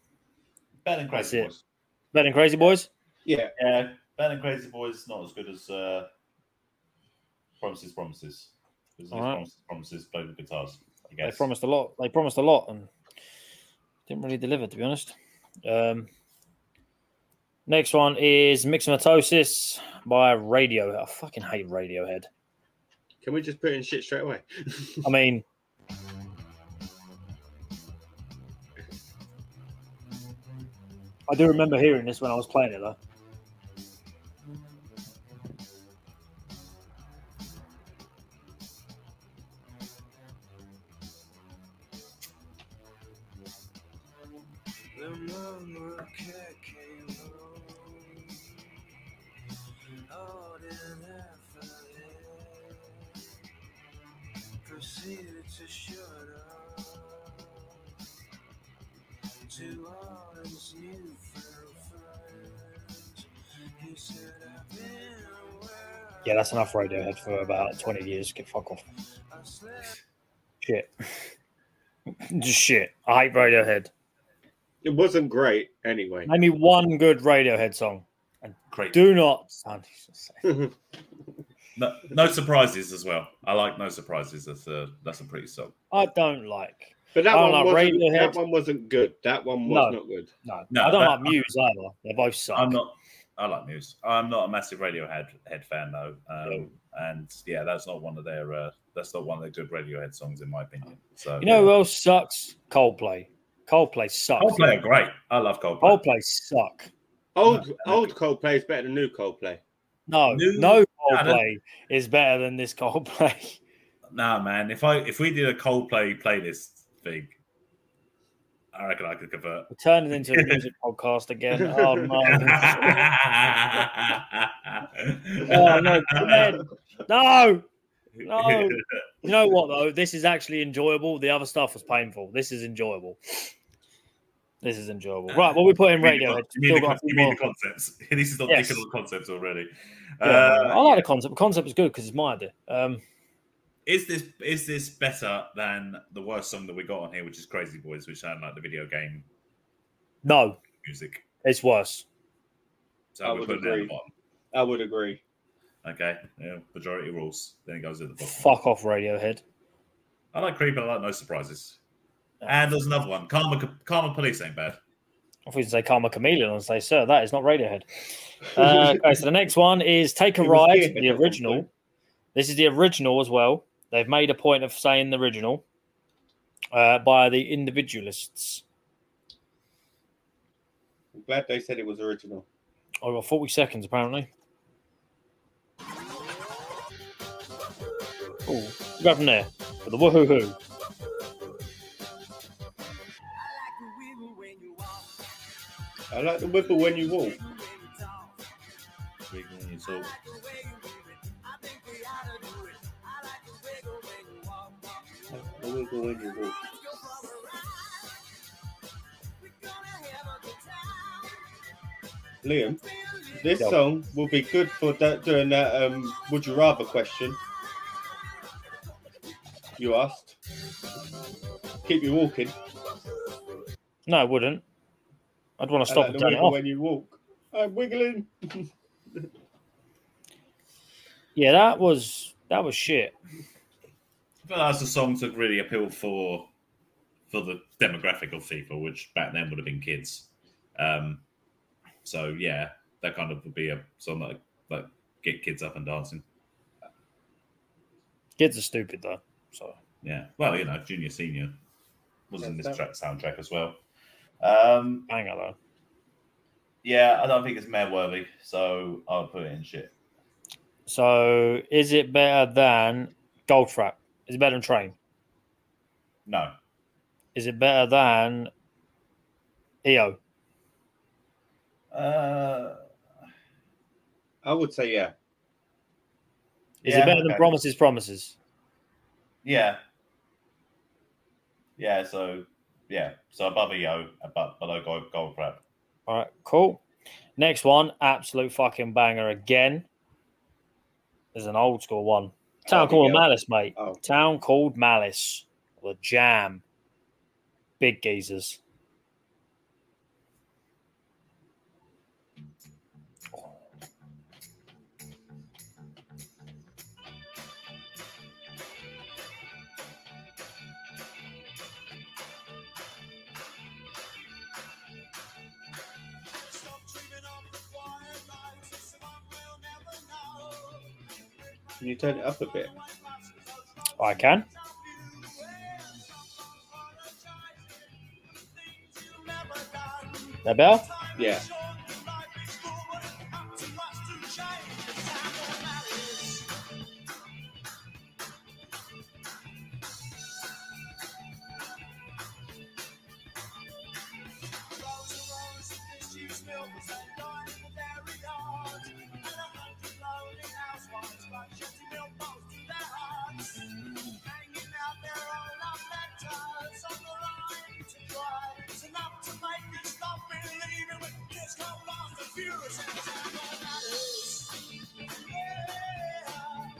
Speaker 2: Better than
Speaker 4: That's
Speaker 2: Crazy
Speaker 4: it.
Speaker 2: Boys.
Speaker 4: Better than Crazy Boys?
Speaker 3: yeah.
Speaker 2: Yeah, better than Crazy Boys. Not as good as uh, Promises, Promises. Because
Speaker 4: All right.
Speaker 2: Promises, Promises played with guitars. I
Speaker 4: They
Speaker 2: guess.
Speaker 4: promised a lot. They promised a lot and didn't really deliver, to be honest. Um, next one is Mixomatosis by Radiohead. I fucking hate Radiohead.
Speaker 3: Can we just put in shit straight away?
Speaker 4: I mean, I do remember hearing this when I was playing it though.
Speaker 6: The mama cat came home. All that effort in. Proceeded to shut up to all his newfound friends. He said, I've been away.
Speaker 4: Yeah, that's enough Radiohead for about 20 years. Get fuck off.
Speaker 6: I slept
Speaker 4: Shit. Just shit. I hate Radiohead.
Speaker 3: It wasn't great anyway.
Speaker 4: Name me one good Radiohead song.
Speaker 2: Great.
Speaker 4: Do not. Oh, Jesus.
Speaker 2: No, no surprises as well. I like no surprises. That's a that's a pretty song.
Speaker 4: I don't like.
Speaker 3: But that
Speaker 4: Oh,
Speaker 3: one,
Speaker 4: no,
Speaker 3: wasn't,
Speaker 4: Radiohead.
Speaker 3: that one wasn't good. That one
Speaker 4: No.
Speaker 3: was not good.
Speaker 4: No,
Speaker 2: No,
Speaker 4: I don't
Speaker 2: that-
Speaker 4: like Muse either. They both suck.
Speaker 2: I'm not. I like Muse. I'm not a massive Radiohead head fan though. Um, And yeah, that's not one of their uh, that's not one of their good Radiohead songs, in my opinion. So
Speaker 4: You know uh, who else sucks? Coldplay. Coldplay sucks.
Speaker 2: Coldplay are great. I love Coldplay.
Speaker 4: Coldplay suck.
Speaker 3: Old old Coldplay is better than new Coldplay.
Speaker 4: No,
Speaker 2: New-
Speaker 4: no
Speaker 2: I don't-
Speaker 4: Coldplay is better than this Coldplay.
Speaker 2: Nah, man. If I if we did a Coldplay playlist thing, I reckon I could convert.
Speaker 4: We're turning into a music podcast again. Oh no. oh no, come in. No. No. You know what though? This is actually enjoyable. The other stuff was painful. This is enjoyable. This is enjoyable. Right, well we put in
Speaker 2: You mean the
Speaker 4: radio.
Speaker 2: con- You mean, the, con- you mean the concepts? This is not
Speaker 4: Yes.
Speaker 2: taking on concepts already.
Speaker 4: I
Speaker 2: Uh,
Speaker 4: like the concept. The concept is good because it's my idea. Um,
Speaker 2: is this is this better than the worst song that we got on here, which is Crazy Boys, which sound like the video game
Speaker 4: no,
Speaker 2: music?
Speaker 4: it's worse.
Speaker 2: So
Speaker 3: I
Speaker 2: we're
Speaker 3: would
Speaker 2: putting that at the
Speaker 3: agree.
Speaker 2: bottom.
Speaker 3: I would agree.
Speaker 2: Okay, yeah, majority rules. Then it goes in the bottom.
Speaker 4: Fuck off, Radiohead.
Speaker 2: I like Creep, and I like No Surprises.
Speaker 4: Yeah.
Speaker 2: And there's another one. Karma, Karma Police ain't bad.
Speaker 4: I thought you'd say Karma Chameleon and say, sir, that is not Radiohead. Uh, okay, so the next one is Take a
Speaker 3: It was
Speaker 4: Ride,
Speaker 3: here,
Speaker 4: the
Speaker 3: at one
Speaker 4: original.
Speaker 3: point.
Speaker 4: This is the original as well. They've made a point of saying the original uh, by the individualists.
Speaker 3: I'm glad they said it was original.
Speaker 4: I've got 40 seconds apparently. Cool. We'll go from there. For the woohoo hoo.
Speaker 5: I like the wiggle when you walk,
Speaker 3: I like the wibble when you walk.
Speaker 5: when you
Speaker 2: So
Speaker 5: talk. I like the way you move it. I think we ought to do it. I like the wiggle when you walk, walk, walk.
Speaker 3: The wibble when you walk.
Speaker 5: Let's go for a ride. We're gonna have a good time.
Speaker 3: Liam, this
Speaker 4: Yeah.
Speaker 3: song will be good for that during that um would you rather question you asked. Keep you walking.
Speaker 4: No, I wouldn't. I'd want to
Speaker 3: I
Speaker 4: stop
Speaker 3: like
Speaker 4: and
Speaker 3: the
Speaker 4: turn it
Speaker 3: wiggle
Speaker 4: off.
Speaker 3: when you walk. I'm wiggling.
Speaker 4: Yeah, that was that was shit.
Speaker 2: But that's the songs that really appealed for for the demographic of people, which back then would have been kids. Um, so yeah, that kind of would be a song that like get kids up and dancing.
Speaker 4: Kids are stupid though. So
Speaker 2: Yeah. Well, you know, junior senior was in
Speaker 3: Yes,
Speaker 2: this
Speaker 3: sir.
Speaker 2: track soundtrack as well. Um,
Speaker 4: hang on though.
Speaker 2: yeah, I don't think it's mad worthy, so I'll put it in shit.
Speaker 4: So is it better than Goldfrapp? Is it better than Train?
Speaker 2: No,
Speaker 4: Is it better than E EO?
Speaker 2: uh,
Speaker 3: I would say yeah.
Speaker 4: Is
Speaker 2: Yeah,
Speaker 4: it better
Speaker 2: okay.
Speaker 4: than Promises Promises?
Speaker 2: yeah, yeah. So yeah, so above EO, but below Gold, gold Crab.
Speaker 4: All right, cool. Next one, absolute fucking banger again. There's an old school one. Town
Speaker 3: Oh,
Speaker 4: called
Speaker 3: yeah.
Speaker 4: Malice, mate.
Speaker 3: Oh.
Speaker 4: Town called Malice. The Jam. Big geezers.
Speaker 6: Stop dreaming of the quiet life, someone will never know.
Speaker 3: Can you turn it up a bit?
Speaker 4: I can. That bell?
Speaker 3: Yeah.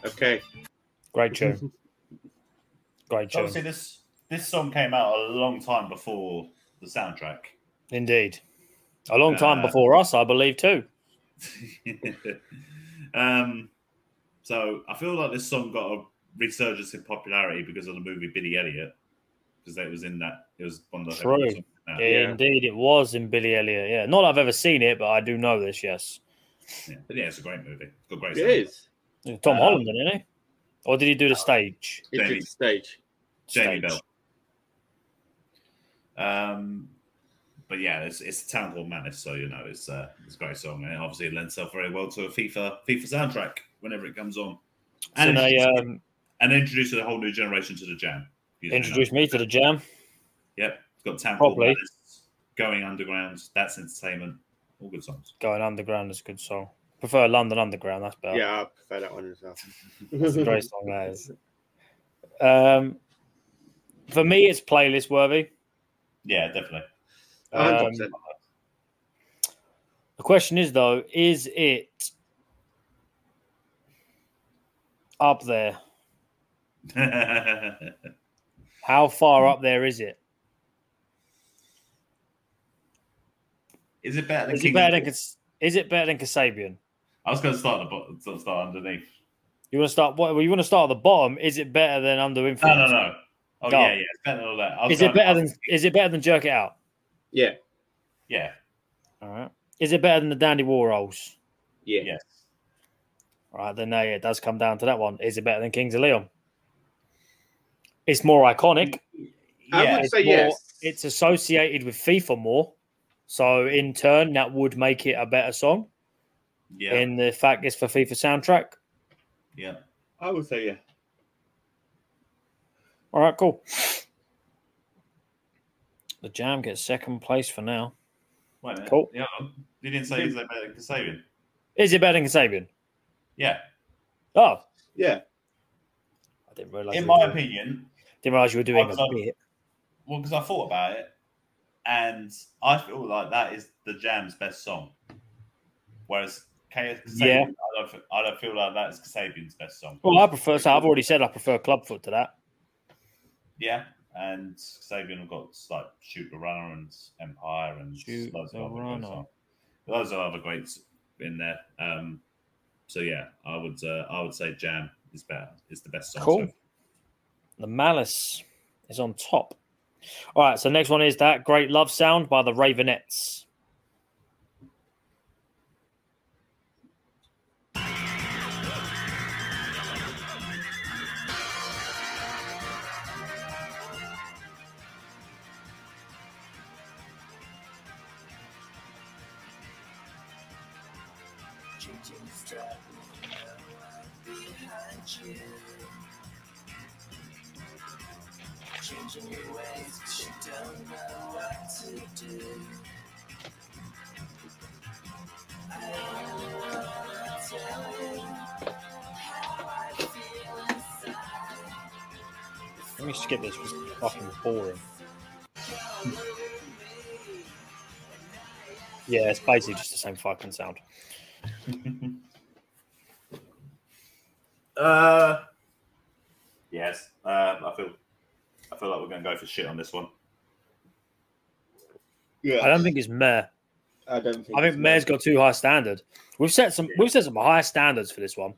Speaker 3: Okay.
Speaker 4: Great tune. Great tune.
Speaker 2: Obviously, this this song came out a long time before the soundtrack.
Speaker 4: Indeed. A long time
Speaker 2: Uh,
Speaker 4: before us, I believe, too.
Speaker 2: um, so I feel like this song got a resurgence in popularity because of the movie Billy Elliot, because it was in that it was one of the
Speaker 4: True.
Speaker 2: songs in that.
Speaker 3: yeah.
Speaker 4: Indeed, it was in Billy Elliot. Yeah. Not that I've ever seen it, but I do know this, yes.
Speaker 2: Yeah. But yeah, it's a great movie. It's got great.
Speaker 3: It is.
Speaker 4: Tom
Speaker 2: Uh,
Speaker 4: Holland, didn't he? Or did he do the stage?
Speaker 3: It
Speaker 2: Jamie.
Speaker 3: did stage.
Speaker 2: Jamie
Speaker 4: Stage.
Speaker 2: Bell. Um, but yeah, it's it's Town Hall Madness, so you know it's uh, it's a great song, and it obviously lends itself very well to a FIFA FIFA soundtrack whenever it comes on,
Speaker 4: And
Speaker 2: and
Speaker 4: they
Speaker 2: introduce-
Speaker 4: um,
Speaker 2: and introduce a whole new generation to the jam. You know,
Speaker 4: introduced me to the jam.
Speaker 2: Yep, it's got Town Hall
Speaker 4: Probably.
Speaker 2: Madness, Going Underground. That's entertainment. All good songs.
Speaker 4: Going underground is a good song. Prefer London Underground. That's better.
Speaker 3: Yeah, I prefer that one as well.
Speaker 4: That's a great song. That is. Um, for me, it's playlist worthy.
Speaker 2: Yeah, definitely.
Speaker 3: 100%.
Speaker 4: The question is though, is it up there? How far up there is it?
Speaker 2: Is it better than
Speaker 4: Is
Speaker 2: King?
Speaker 4: it
Speaker 2: of
Speaker 4: better than
Speaker 2: Kings?
Speaker 4: Kas- is it better than Kasabian?
Speaker 2: I was going to start at the bottom, sort of start underneath.
Speaker 4: You want to start? What well, you want to start at the bottom? Is it better than Under
Speaker 2: No, no,
Speaker 4: Influence?
Speaker 2: no. Oh
Speaker 4: No.
Speaker 2: yeah, yeah. It's better than all that. I was
Speaker 4: Is it
Speaker 2: going-
Speaker 4: better than? Is it better than Jerk It Out?
Speaker 3: Yeah,
Speaker 2: Yeah.
Speaker 4: All right. Is it better than the Dandy War Rolls?
Speaker 3: yeah.
Speaker 2: Yes.
Speaker 4: All right. Then there, yeah, it does come down to that one. Is it better than Kings of Leon? It's more iconic.
Speaker 3: I
Speaker 2: Yeah.
Speaker 3: would
Speaker 4: it's
Speaker 3: say
Speaker 4: more-
Speaker 3: yes.
Speaker 4: It's associated with FIFA more, so in turn that would make it a better song.
Speaker 2: Yeah.
Speaker 4: In the fact it's for FIFA soundtrack.
Speaker 2: yeah.
Speaker 3: I would say yeah.
Speaker 4: All right, cool. The Jam gets second place for now.
Speaker 2: Wait a minute.
Speaker 4: Cool.
Speaker 2: Yeah. You didn't say is that better than Kasabian?
Speaker 4: Is it better than Kasabian?
Speaker 2: Yeah.
Speaker 4: Oh,
Speaker 3: Yeah.
Speaker 4: I didn't realize.
Speaker 2: In
Speaker 4: you were
Speaker 2: my
Speaker 4: doing-
Speaker 2: opinion,
Speaker 4: didn't realize you were doing
Speaker 2: I'm
Speaker 4: a
Speaker 2: sorry.
Speaker 4: bit.
Speaker 2: well, because I thought about it, and I feel like that is the Jam's best song. Whereas K- Kasabian,
Speaker 4: Yeah.
Speaker 2: I don't, f- I don't feel like that's Kasabian's best song.
Speaker 4: Well, I prefer. So I've already said I prefer Clubfoot to that.
Speaker 2: Yeah, and Sabian have got like Shoot the Runner and Empire and
Speaker 4: Shoot
Speaker 2: loads
Speaker 4: the
Speaker 2: of other
Speaker 4: Runner.
Speaker 2: great songs. Loads of other greats in there. Um, so yeah, I would uh, I would say Jam is better. Is the best song.
Speaker 4: Cool. The Malice is on top. All right. So next one is that Great Love Sound by the Ravenettes.
Speaker 6: Changing your ways, 'cause you don't know what to do. I only wanna tell you how I feel inside.
Speaker 4: Let me skip this. It's fucking boring. Yeah, it's basically just the same fucking sound.
Speaker 2: Uh, yes. Um, I feel I feel like we're gonna go for shit on this one.
Speaker 3: Yeah.
Speaker 4: I don't think it's meh.
Speaker 3: I don't think
Speaker 4: I think
Speaker 3: it's
Speaker 4: Mayor's got too high standard. We've set some
Speaker 2: Yeah.
Speaker 4: we've set some high standards for this one.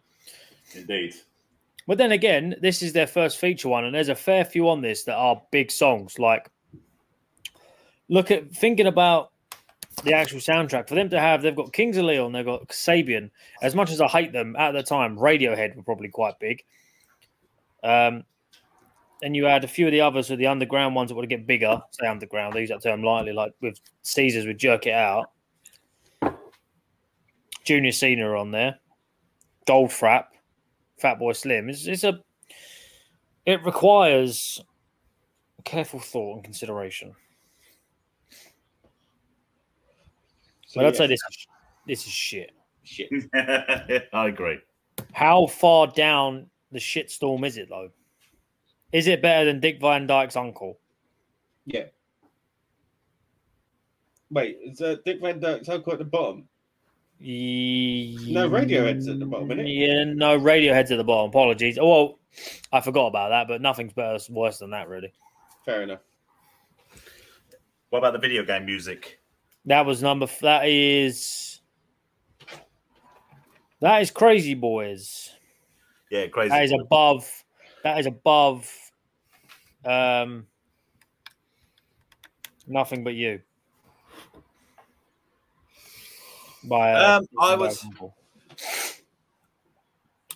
Speaker 2: Indeed.
Speaker 4: But then again, this is their first feature one, and there's a fair few on this that are big songs. Like look at thinking about the actual soundtrack. For them to have they've got Kings of Leon, they've got Sabian. As much as I hate them at the time, Radiohead were probably quite big. Um and you had a few of the others with the underground ones that would get bigger, say underground. I use that term lightly, like with Caesars would jerk it out. Junior Cena are on there, Goldfrapp, Fatboy Slim. It's, it's a it requires careful thought and consideration.
Speaker 3: So,
Speaker 4: But I'd
Speaker 3: yeah.
Speaker 4: say this is- this is shit.
Speaker 3: Shit.
Speaker 2: I agree.
Speaker 4: How far down the shitstorm is it though? Is it better than Dick Van Dyke's uncle?
Speaker 3: Yeah. Wait, is uh, Dick Van Dyke's uncle at the bottom?
Speaker 4: No,
Speaker 3: Radiohead's at the bottom, isn't it?
Speaker 4: Yeah, no, Radiohead's at the bottom. Apologies. Oh, well, I forgot about that, but nothing's better, worse than that, really.
Speaker 3: Fair enough.
Speaker 2: What about the video game music?
Speaker 4: That was number. f- That is. That is crazy, boys.
Speaker 2: Yeah, crazy.
Speaker 4: That is above. That is above. Um. Nothing but you. By uh,
Speaker 2: Um, I was-
Speaker 4: Temple.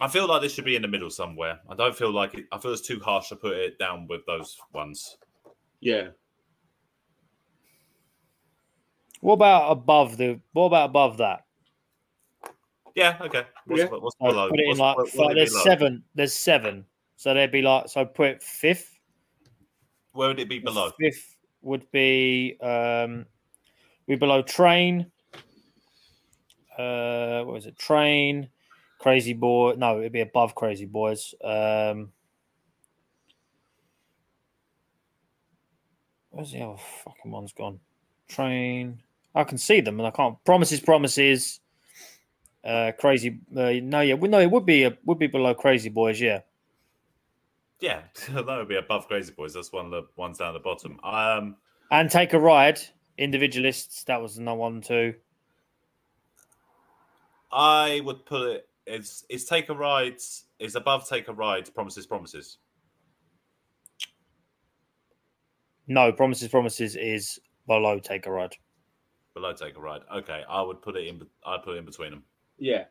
Speaker 2: I feel like this should be in the middle somewhere. I don't feel like it. I feel it's too harsh to put it down with those ones.
Speaker 3: Yeah.
Speaker 4: What about above the? What about above that?
Speaker 2: Yeah, okay. What's,
Speaker 3: Yeah.
Speaker 2: what's
Speaker 4: I'd
Speaker 2: below?
Speaker 4: put it in
Speaker 2: What's-
Speaker 4: like
Speaker 2: what- what
Speaker 4: fi-
Speaker 2: would it be
Speaker 4: there's
Speaker 2: below?
Speaker 4: seven. There's seven. So they'd be like so. Put it fifth.
Speaker 2: Where would it be below?
Speaker 4: Fifth would be um, we below train. Uh, what is it? Train, Crazy Boy. No, it'd be above Crazy Boys. Um, where's the other fucking one's gone? Train. I can see them, and I can't. Promises, promises. Uh, crazy. Uh, no, yeah, well, no, it would be a, would be below Crazy Boys. Yeah.
Speaker 2: Yeah, that would be above Crazy Boys. That's one of the ones down the bottom. Um,
Speaker 4: And take a ride, individualists. That was another one too.
Speaker 2: I would put it. It's it's take a ride. It's above take a ride. Promises, promises.
Speaker 4: No, promises, promises is below take a ride.
Speaker 2: Below take a ride. Okay, I would put it in. I put it in between them.
Speaker 3: Yeah.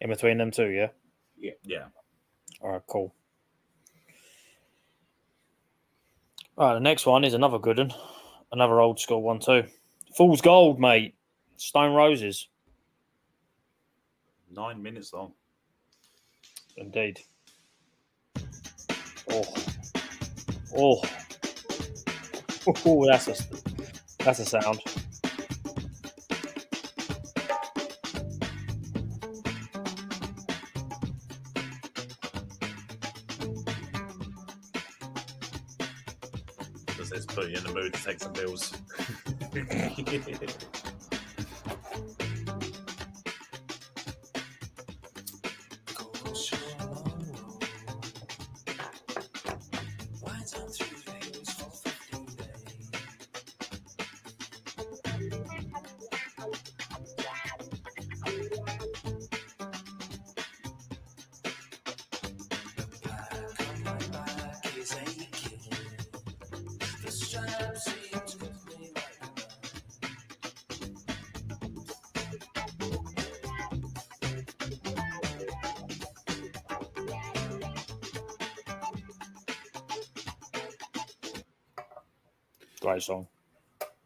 Speaker 4: In between them two, yeah.
Speaker 2: Yeah.
Speaker 4: All right, cool. All right, the next one is another good one, another old school one too. Fool's gold, mate. Stone roses,
Speaker 2: Nine minutes long.
Speaker 4: indeed. Oh, oh, oh, that's a that's a sound.
Speaker 2: Because it's put you in the mood to take some pills.
Speaker 4: Great song.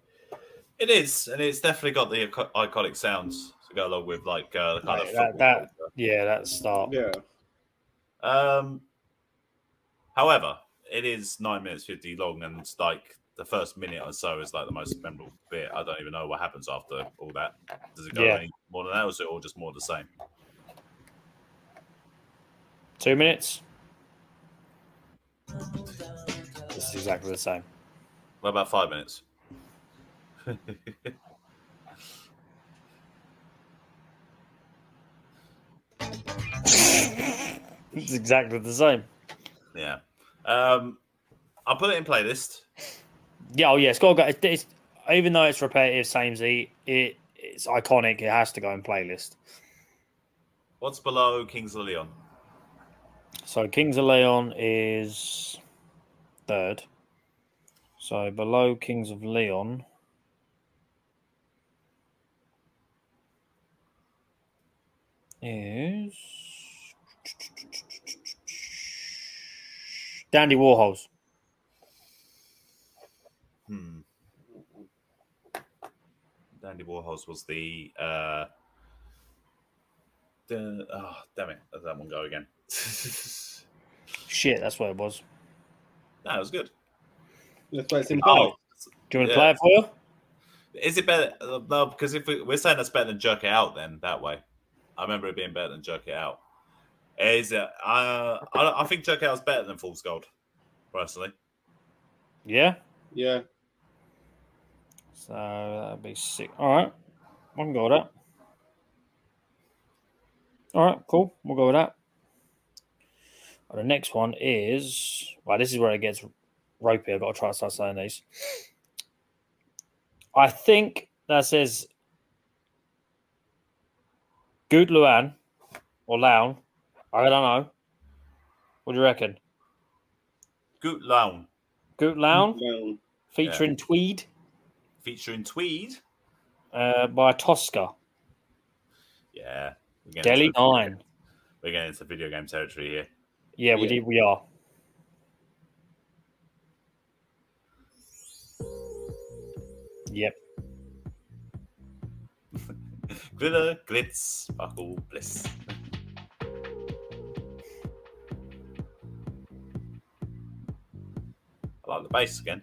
Speaker 2: it is, and it's definitely got the ico- iconic sounds to go along with, like uh, the kind
Speaker 4: Right,
Speaker 2: of
Speaker 4: that-
Speaker 2: football
Speaker 4: that- Yeah, that start.
Speaker 3: Yeah.
Speaker 2: Um, however, it is nine minutes fifty long, and it's like the first minute or so is like the most memorable bit. I don't even know what happens after all that. Does it go
Speaker 4: Yeah.
Speaker 2: any more than that, or is it all just more of the same?
Speaker 4: Two minutes. It's exactly the same.
Speaker 2: What about five minutes?
Speaker 4: It's exactly the same.
Speaker 2: Yeah. Um, I'll put it in playlist.
Speaker 4: Yeah, oh yeah, it's got to go. It's, it's, even though it's repetitive, samey, it it's iconic. It has to go in playlist.
Speaker 2: What's below Kings of Leon?
Speaker 4: So Kings of Leon is third. So below Kings of Leon. Is Dandy Warhols.
Speaker 2: Hmm. Dandy Warhols was the. Uh, the oh, damn it. Let that one go again.
Speaker 4: Shit, that's what it was.
Speaker 2: that was good.
Speaker 3: That's why it's in
Speaker 2: Oh,
Speaker 4: Do you want
Speaker 2: Yeah.
Speaker 4: to play it for you?
Speaker 2: is it better? uh, No, because if we, we're saying that's better than jerk it out, then that way, I remember it being better than jerk it out. Is it? Uh, I, I think jerk it out is better than Fool's Gold, personally.
Speaker 4: Yeah.
Speaker 3: Yeah.
Speaker 4: So that'd be six. All right, I can go with that. All right, cool. We'll go with that. Well, the next one is well, this is where it gets ropey. I've got to try to start saying these. I think that says Good Luan or Lown. I don't know. What do you reckon?
Speaker 2: Good Lounge
Speaker 4: Good Lown
Speaker 3: Down.
Speaker 4: featuring Tweed
Speaker 2: featuring Tweed.
Speaker 4: uh, by Tosca.
Speaker 2: Yeah, We're getting
Speaker 4: Delhi
Speaker 2: into-
Speaker 4: Nine.
Speaker 2: We're getting into video game territory here.
Speaker 4: Yeah, we
Speaker 3: Yeah.
Speaker 4: did. We are. Yep.
Speaker 2: Glitter, glitz, sparkle, bliss. I like the bass again.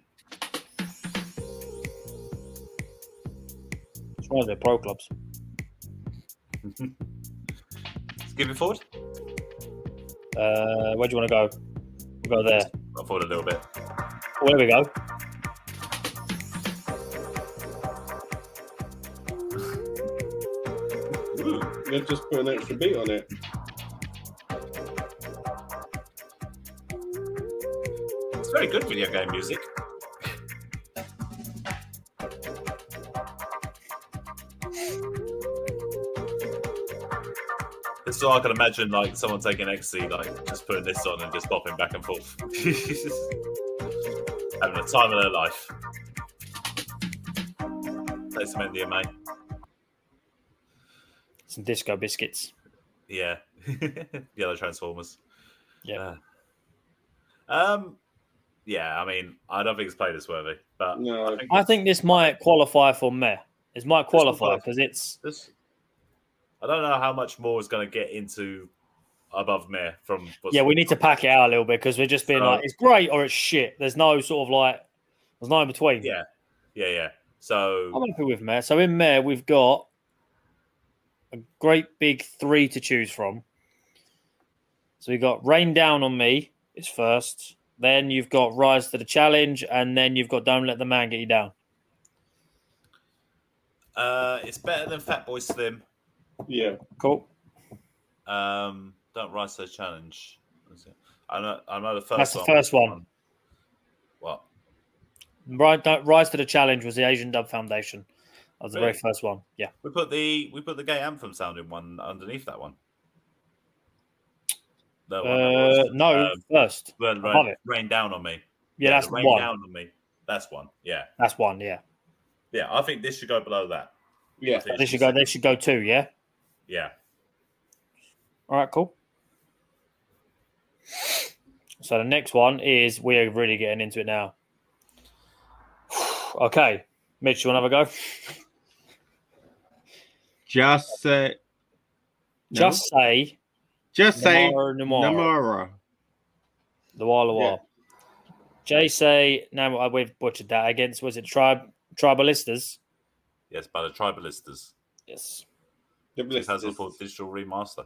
Speaker 4: It's one of the pro clubs.
Speaker 2: Let's give it forward.
Speaker 4: Uh, where do you want to go? We'll go there.
Speaker 2: Go forward a little bit.
Speaker 4: Oh, there we go.
Speaker 3: They've just put an extra beat on it.
Speaker 2: It's very good video game music. This is what I can imagine, like someone taking ecstasy, like just putting this on and just bopping back and forth, having the time of their life. Play some India, mate.
Speaker 4: Some disco biscuits.
Speaker 2: Yeah, Yellow Transformers.
Speaker 4: Yeah.
Speaker 2: Um, yeah. I mean, I don't think it's played this worthy, but
Speaker 3: No,
Speaker 4: I think this might qualify for meh. This might qualify because it's
Speaker 2: This, I don't know how much more is going to get into above me from. What's
Speaker 4: yeah. We need to pack it out a little bit because we're just being
Speaker 2: So-
Speaker 4: like it's great or it's shit. There's no sort of like there's no in between.
Speaker 2: Yeah. Yeah, yeah. So
Speaker 4: I'm happy with meh. So in meh we've got a great big three to choose from. So we got rain down on me is first. Then you've got rise to the challenge, and then you've got don't let the man get you down.
Speaker 2: uh, it's better than Fatboy Slim.
Speaker 3: yeah.
Speaker 4: Cool.
Speaker 2: Um, don't rise to the challenge. What is it? I know. I know the first.
Speaker 4: That's the
Speaker 2: one
Speaker 4: first
Speaker 2: was
Speaker 4: one.
Speaker 2: What?
Speaker 4: Right, don't, rise to the challenge was the Asian Dub Foundation. That was the very
Speaker 2: Really?
Speaker 4: first one. Yeah.
Speaker 2: We put the we put the gay anthem sounding one underneath that one. That one. that
Speaker 4: Uh,
Speaker 2: was,
Speaker 4: no,
Speaker 2: um,
Speaker 4: first.
Speaker 2: rain,
Speaker 4: Above
Speaker 2: rain,
Speaker 4: it.
Speaker 2: rain down on me.
Speaker 4: Yeah, that's
Speaker 2: the rain
Speaker 4: one.
Speaker 2: down on me. That's one. Yeah,
Speaker 4: That's one. Yeah,
Speaker 2: yeah. I think this should go below that.
Speaker 3: Yeah.
Speaker 2: I think
Speaker 4: they
Speaker 2: it
Speaker 4: should go. They should go two. Yeah.
Speaker 2: Yeah.
Speaker 4: All right. Cool. So the next one is we are really getting into it now. okay, Mitch, you want to have a go?
Speaker 8: Just say. No?
Speaker 4: Just say
Speaker 8: just say
Speaker 4: Namara Namara
Speaker 8: Namara.
Speaker 4: the Walla Walla. Jay say no, I- we've butchered that against was it tribe tribalistas?
Speaker 2: Yes, by the Tribalistas.
Speaker 4: Yes.
Speaker 3: The bliss is-
Speaker 2: 2004 digital remaster.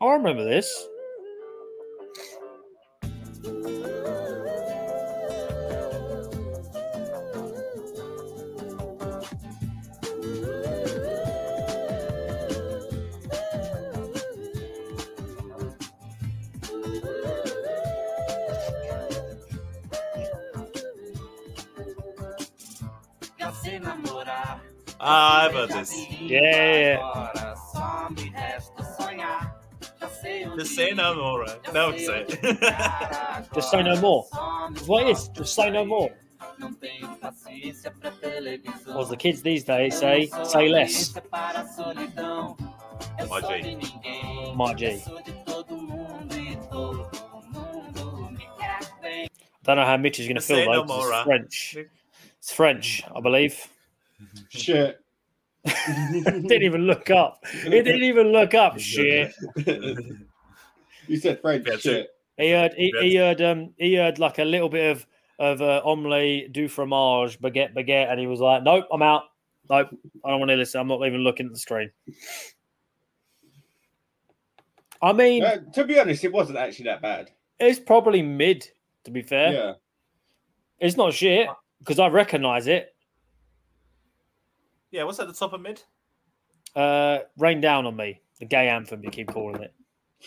Speaker 4: I remember this.
Speaker 2: Ah, I've heard this.
Speaker 4: Yeah, yeah,
Speaker 2: Just say no more. right? No, it's it.
Speaker 4: Just say no more. What is? Just say no more. Or as the kids these days say, say less.
Speaker 2: My G.
Speaker 4: My G. Don't know how Mitch is going to
Speaker 2: Just
Speaker 4: feel
Speaker 2: say
Speaker 4: though.
Speaker 2: no
Speaker 4: 'cause
Speaker 2: more,
Speaker 4: it's
Speaker 2: uh.
Speaker 4: French. It's French, I believe.
Speaker 3: Shit.
Speaker 4: didn't even look up. He didn't even look up. Shit.
Speaker 3: you said French
Speaker 2: Yeah,
Speaker 3: shit.
Speaker 4: He heard. He, he heard. Um. He heard like a little bit of of uh, omelette du fromage, baguette, baguette, and he was like, "Nope, I'm out. Nope, I don't want to listen. I'm not even looking at the screen." I mean,
Speaker 3: Uh, to be honest, it wasn't actually that bad.
Speaker 4: it's probably mid. To be fair,
Speaker 3: Yeah.
Speaker 4: it's not shit because I recognize it.
Speaker 2: Yeah, what's at the top of mid?
Speaker 4: Uh, rain down on me. The gay anthem you keep calling it.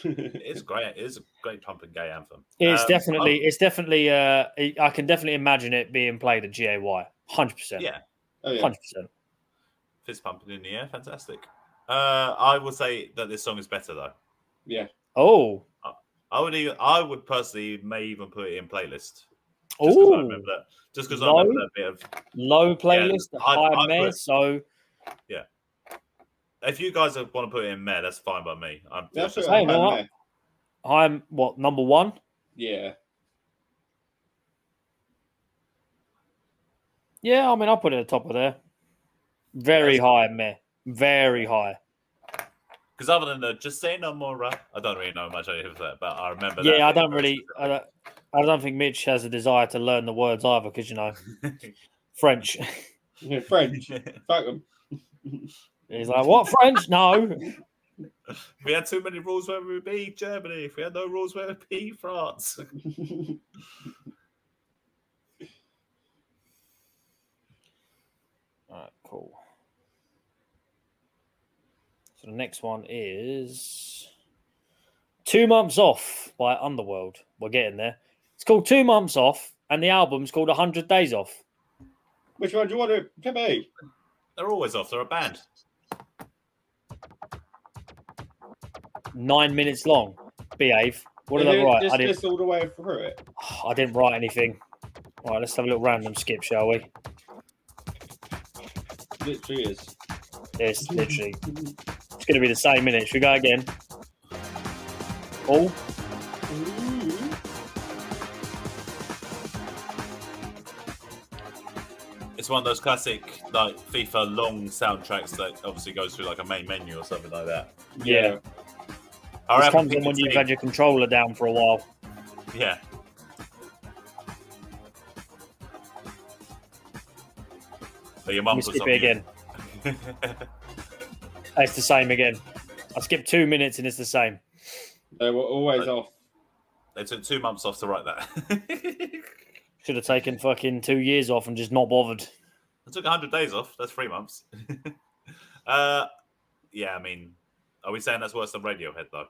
Speaker 2: It's great. It is a great pumping gay anthem.
Speaker 4: It's
Speaker 2: Um,
Speaker 4: definitely, it's definitely. Uh, I I can definitely imagine it being played at GAY. Hundred
Speaker 2: oh,
Speaker 4: percent.
Speaker 2: yeah,
Speaker 3: Oh, yeah.
Speaker 4: hundred percent.
Speaker 2: fist pumping in the air. Fantastic. Uh, I would say that this song is better though.
Speaker 3: Yeah.
Speaker 4: Oh,
Speaker 2: I would even. I would personally may even put it in playlist. Just 'cause I
Speaker 4: Ooh.
Speaker 2: remember that. Just because
Speaker 4: No.
Speaker 2: I remember that bit of
Speaker 4: Low playlist,
Speaker 2: I-
Speaker 4: high
Speaker 2: I
Speaker 4: mare,
Speaker 2: put-
Speaker 4: so
Speaker 2: if you guys want to put it in Meh, that's fine by me. I'm
Speaker 3: That's
Speaker 2: just-
Speaker 3: all right,
Speaker 4: Hey, well,
Speaker 3: man.
Speaker 4: I'm what number one.
Speaker 3: Yeah.
Speaker 4: Yeah, I mean, I'll put it at the top of there. Very high, meh. Very high.
Speaker 2: Because other than the just say no more, uh, I don't really know much of that, but I remember. that
Speaker 4: yeah, I
Speaker 2: being
Speaker 4: don't
Speaker 2: very
Speaker 4: really. I
Speaker 2: specific.
Speaker 4: don't, I don't think Mitch has a desire to learn the words either, because you know French.
Speaker 3: yeah. French. Fuck 'em.
Speaker 4: He's like, "What French? No,
Speaker 2: if we had too many rules, where would we be? Germany. If we had no rules, where would we be? France.
Speaker 4: All right, cool. So the next one is Two Months Off by Underworld. We're getting there. It's called Two Months Off, and the album's called 100 Days Off.
Speaker 3: Which one do you want it to be?
Speaker 2: They're always off. They're a band.
Speaker 4: Nine minutes long. Behave. What did
Speaker 3: And
Speaker 4: I
Speaker 3: then
Speaker 4: write?
Speaker 3: Just,
Speaker 4: I didn't,
Speaker 3: just all the way through it.
Speaker 4: I didn't write anything. All right, let's have a little random skip, shall we?
Speaker 3: Literally is.
Speaker 4: It's literally, it's going to be the same minute. Should we go again? Oh,
Speaker 2: It's one of those classic like FIFA long soundtracks that obviously goes through like a main menu or something like that.
Speaker 4: yeah.
Speaker 2: I
Speaker 4: This
Speaker 2: reckon
Speaker 4: comes in
Speaker 2: Pick a
Speaker 4: when you've
Speaker 2: Team-
Speaker 4: had your controller down for a while.
Speaker 2: Yeah. Oh, your
Speaker 4: Let
Speaker 2: mum
Speaker 4: me
Speaker 2: was
Speaker 4: skip
Speaker 2: on
Speaker 4: it
Speaker 2: mute.
Speaker 4: again. It's the same again. I skipped two minutes and it's the same.
Speaker 3: They were always
Speaker 2: Right.
Speaker 3: off.
Speaker 2: they took two months off to write that. it
Speaker 4: Should have taken fucking two years off and just not bothered.
Speaker 2: took 100 days off. That's three months. uh, yeah, I mean, are we saying that's worse than Radiohead, though?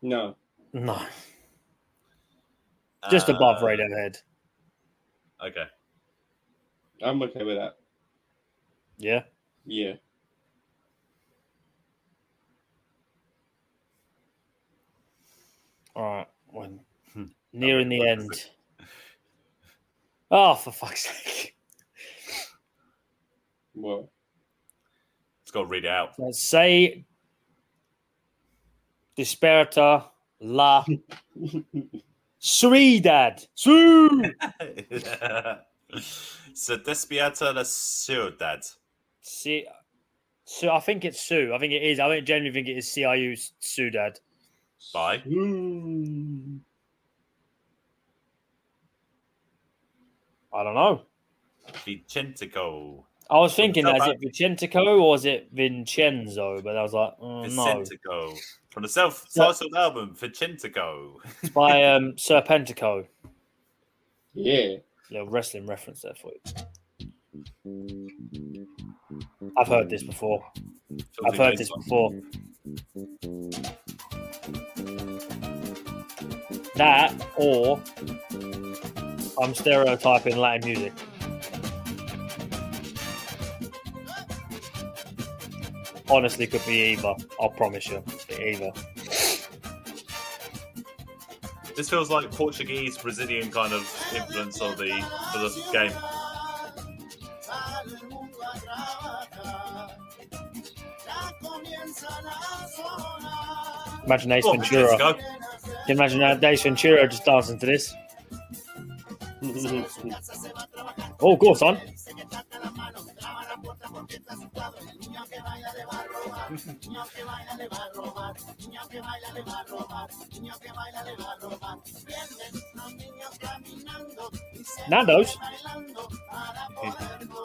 Speaker 3: No.
Speaker 4: No, just
Speaker 2: Uh,
Speaker 4: above Radiohead.
Speaker 2: Okay.
Speaker 3: I'm okay with that.
Speaker 4: Yeah,
Speaker 3: Yeah.
Speaker 4: all right. When
Speaker 2: Hmm.
Speaker 4: nearing the
Speaker 2: Okay,
Speaker 4: end. Oh, for fuck's sake!
Speaker 3: Well,
Speaker 2: Let's go read it out.
Speaker 4: Let's say Disperata la Suidad. Su
Speaker 2: so, Despiata la Ciudad.
Speaker 4: See, so I think it's Sue. I think it is. I think- genuinely think it is CIU Sudad.
Speaker 2: Bye.
Speaker 3: mm,
Speaker 4: I don't know.
Speaker 2: Vicentico.
Speaker 4: I was thinking,
Speaker 2: Tell
Speaker 4: is
Speaker 2: that-
Speaker 4: it Vicentico or is it Vincenzo? But I was like, oh, no,
Speaker 2: Vicentico. From the self titled album, Vicentico.
Speaker 4: it's by um, Serpentico.
Speaker 3: yeah.
Speaker 4: Little wrestling reference there for you. I've heard this before. I've heard this before. That or I'm stereotyping Latin music. Honestly, could be either. I'll promise you, either.
Speaker 2: This feels like Portuguese, Brazilian kind of influence of the for the game.
Speaker 4: Imagine Ace
Speaker 2: Come on,
Speaker 4: Ventura. Can
Speaker 2: Francesco.
Speaker 4: you imagine that Ace Ventura just dancing to this? Oh, go on, son. Nando's. I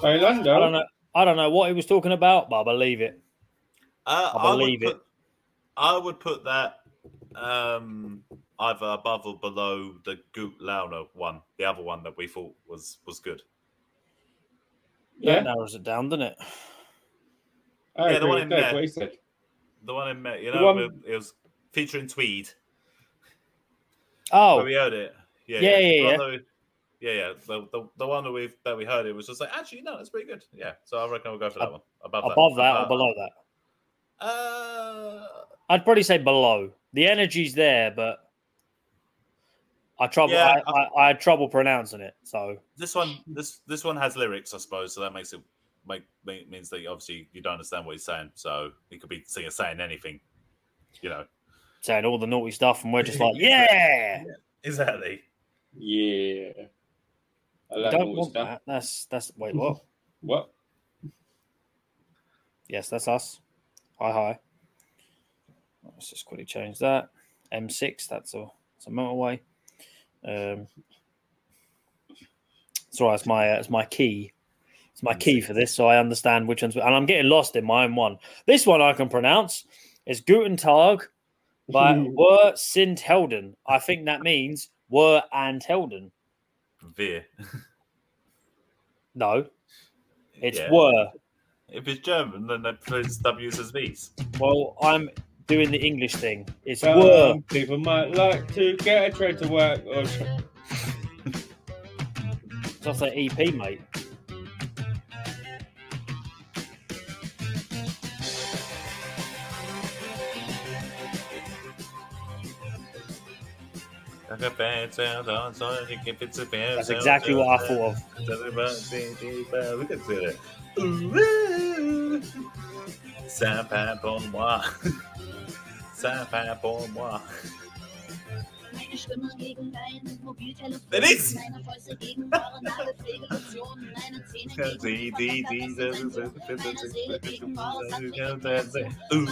Speaker 4: don't
Speaker 3: Orlando.
Speaker 4: know. I don't know what he was talking about, but I believe it.
Speaker 2: Uh,
Speaker 4: I believe
Speaker 2: would
Speaker 4: it.
Speaker 2: put, I would put that um, either above or below the Goot Launa one, the other one that we thought was was good.
Speaker 3: Yeah.
Speaker 4: That narrows it down, doesn't it?
Speaker 3: I
Speaker 2: Yeah, the
Speaker 3: agree
Speaker 2: one
Speaker 3: with
Speaker 2: in
Speaker 3: Dave,
Speaker 2: there.
Speaker 3: What he said.
Speaker 2: The one in Met, you
Speaker 3: The
Speaker 2: know,
Speaker 3: one-
Speaker 2: with- it was featuring Tweed.
Speaker 4: Oh,
Speaker 2: Where we heard it. Oh, Yeah,
Speaker 4: Yeah, yeah,
Speaker 2: The
Speaker 4: yeah.
Speaker 2: one that we- yeah, yeah. The, the, the one that we that we heard it was just like actually no, that's pretty good. Yeah, so I reckon we'll go for that Uh,
Speaker 4: Ab-
Speaker 2: one. Above,
Speaker 4: above that
Speaker 2: Uh,
Speaker 4: or below that?
Speaker 2: Uh,
Speaker 4: I'd probably say below. The energy's there, but I I trouble.
Speaker 2: Yeah,
Speaker 4: I, I, I had trouble pronouncing it. So
Speaker 2: This one, this this one has lyrics, I suppose, so that makes it make, me- means that obviously you don't understand what he's saying. So he could be saying, saying anything, you know.
Speaker 4: saying all the naughty stuff, and we're just like, yeah,
Speaker 2: Exactly.
Speaker 3: Yeah. I
Speaker 4: I
Speaker 3: love
Speaker 4: don't
Speaker 3: all this
Speaker 4: want
Speaker 3: stuff.
Speaker 4: that. That's that's wait what?
Speaker 3: What?
Speaker 4: Yes, that's us. Hi, hi. Let's just quickly change that. M6, that's a, it's a motorway. Um, sorry, it's my uh, it's my key. It's my key for this, so I understand which ones. And I'm getting lost in my own one. This one I can pronounce. It's Guten Tag by Were Sind Helden. I think that means Were and Helden.
Speaker 2: Veer.
Speaker 4: No, it's
Speaker 2: Yeah.
Speaker 4: Were.
Speaker 2: If it's German, then they pronounce W's as V's.
Speaker 4: Well, I'm doing the English thing. It's
Speaker 3: Some
Speaker 4: Were.
Speaker 3: people might like to get a trade to work or
Speaker 4: That's like EP, mate. That's
Speaker 2: That's
Speaker 4: exactly what I thought of.
Speaker 2: We can do it. Ooh. Ça va pour moi. Ça va pour moi.
Speaker 5: Meine Stimme gegen deinen Mobiltelefon.
Speaker 2: Wer ist?
Speaker 5: Meine Fäuste gegen eure Nagelpflegelotion. Meine Zähne
Speaker 2: Die, die,
Speaker 5: gegen die
Speaker 2: die,
Speaker 5: Versatzsensor. Meine Seele gegen eure Sattwege.
Speaker 2: Ooh.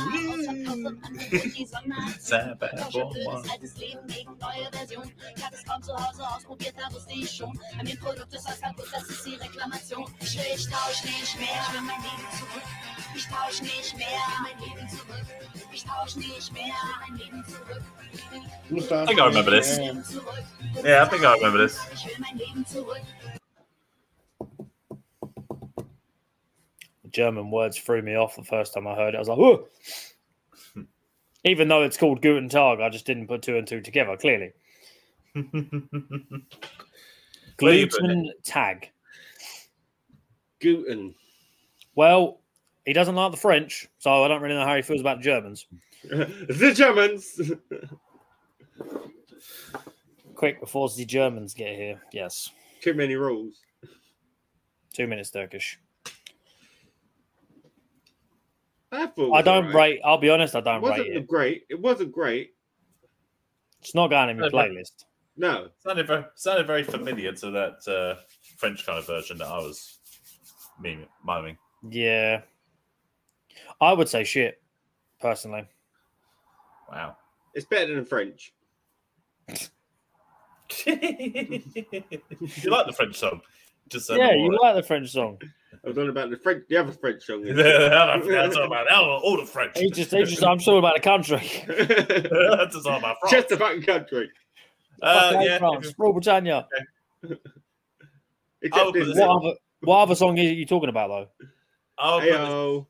Speaker 5: Die Sonne hat
Speaker 2: Ça va pour moi.
Speaker 5: Schönes altes Leben gegen neue Version. Ich hab es kaum zu Hause ausprobiert, da wusste ich schon. An dem Produkt ist was kaputt, das ist die Reklamation. Ich will, ich tausch nicht mehr, ich will mein Leben zurück. Ich tausch nicht mehr, mein Leben zurück. Ich tausch nicht mehr, mein Leben zurück.
Speaker 3: I
Speaker 2: think I remember this.
Speaker 5: Leben zurück.
Speaker 2: Yeah, I think I remember this.
Speaker 5: Ich will mein Leben zurück.
Speaker 4: The German words threw me off the first time I heard it. I was like, "Whoa!" Even though it's called Guten Tag, I just didn't put two and two together. Clearly,
Speaker 2: Where you put
Speaker 4: gluten tag.
Speaker 3: Guten.
Speaker 4: Well, he doesn't like the French, so I don't really know how he feels about the Germans.
Speaker 3: the Germans.
Speaker 4: Quick before the Germans get here. Yes,
Speaker 3: Too many rules.
Speaker 4: two minutes Turkish.
Speaker 3: I, thought it
Speaker 4: I
Speaker 3: was
Speaker 4: don't
Speaker 3: alright.
Speaker 4: rate. I'll be honest, I
Speaker 3: It
Speaker 4: don't
Speaker 3: wasn't
Speaker 4: rate it.
Speaker 3: great. It wasn't great.
Speaker 4: It's not going in my
Speaker 2: No, but-
Speaker 4: playlist.
Speaker 3: No.
Speaker 2: Sounded very, sounded very familiar to that uh, French kind of version that I was mim- miming.
Speaker 4: Yeah, I would say shit personally.
Speaker 2: Wow.
Speaker 3: It's better than French.
Speaker 2: you like the French song? Just so
Speaker 4: yeah,
Speaker 2: more-
Speaker 4: you like the French song.
Speaker 3: I was on about the French, the other French song.
Speaker 2: I forgot to talk about that. all the French.
Speaker 4: He just, he just, I'm talking about the country.
Speaker 2: That's just all about France.
Speaker 3: Just the fucking country.
Speaker 2: uh,
Speaker 4: Fucking
Speaker 2: yeah,
Speaker 4: France, Rule Britannia.
Speaker 3: Except
Speaker 2: Oh, but
Speaker 3: this.
Speaker 2: is it-
Speaker 4: What other, what other song are you talking about though?
Speaker 2: I'll put this-
Speaker 3: Ayo.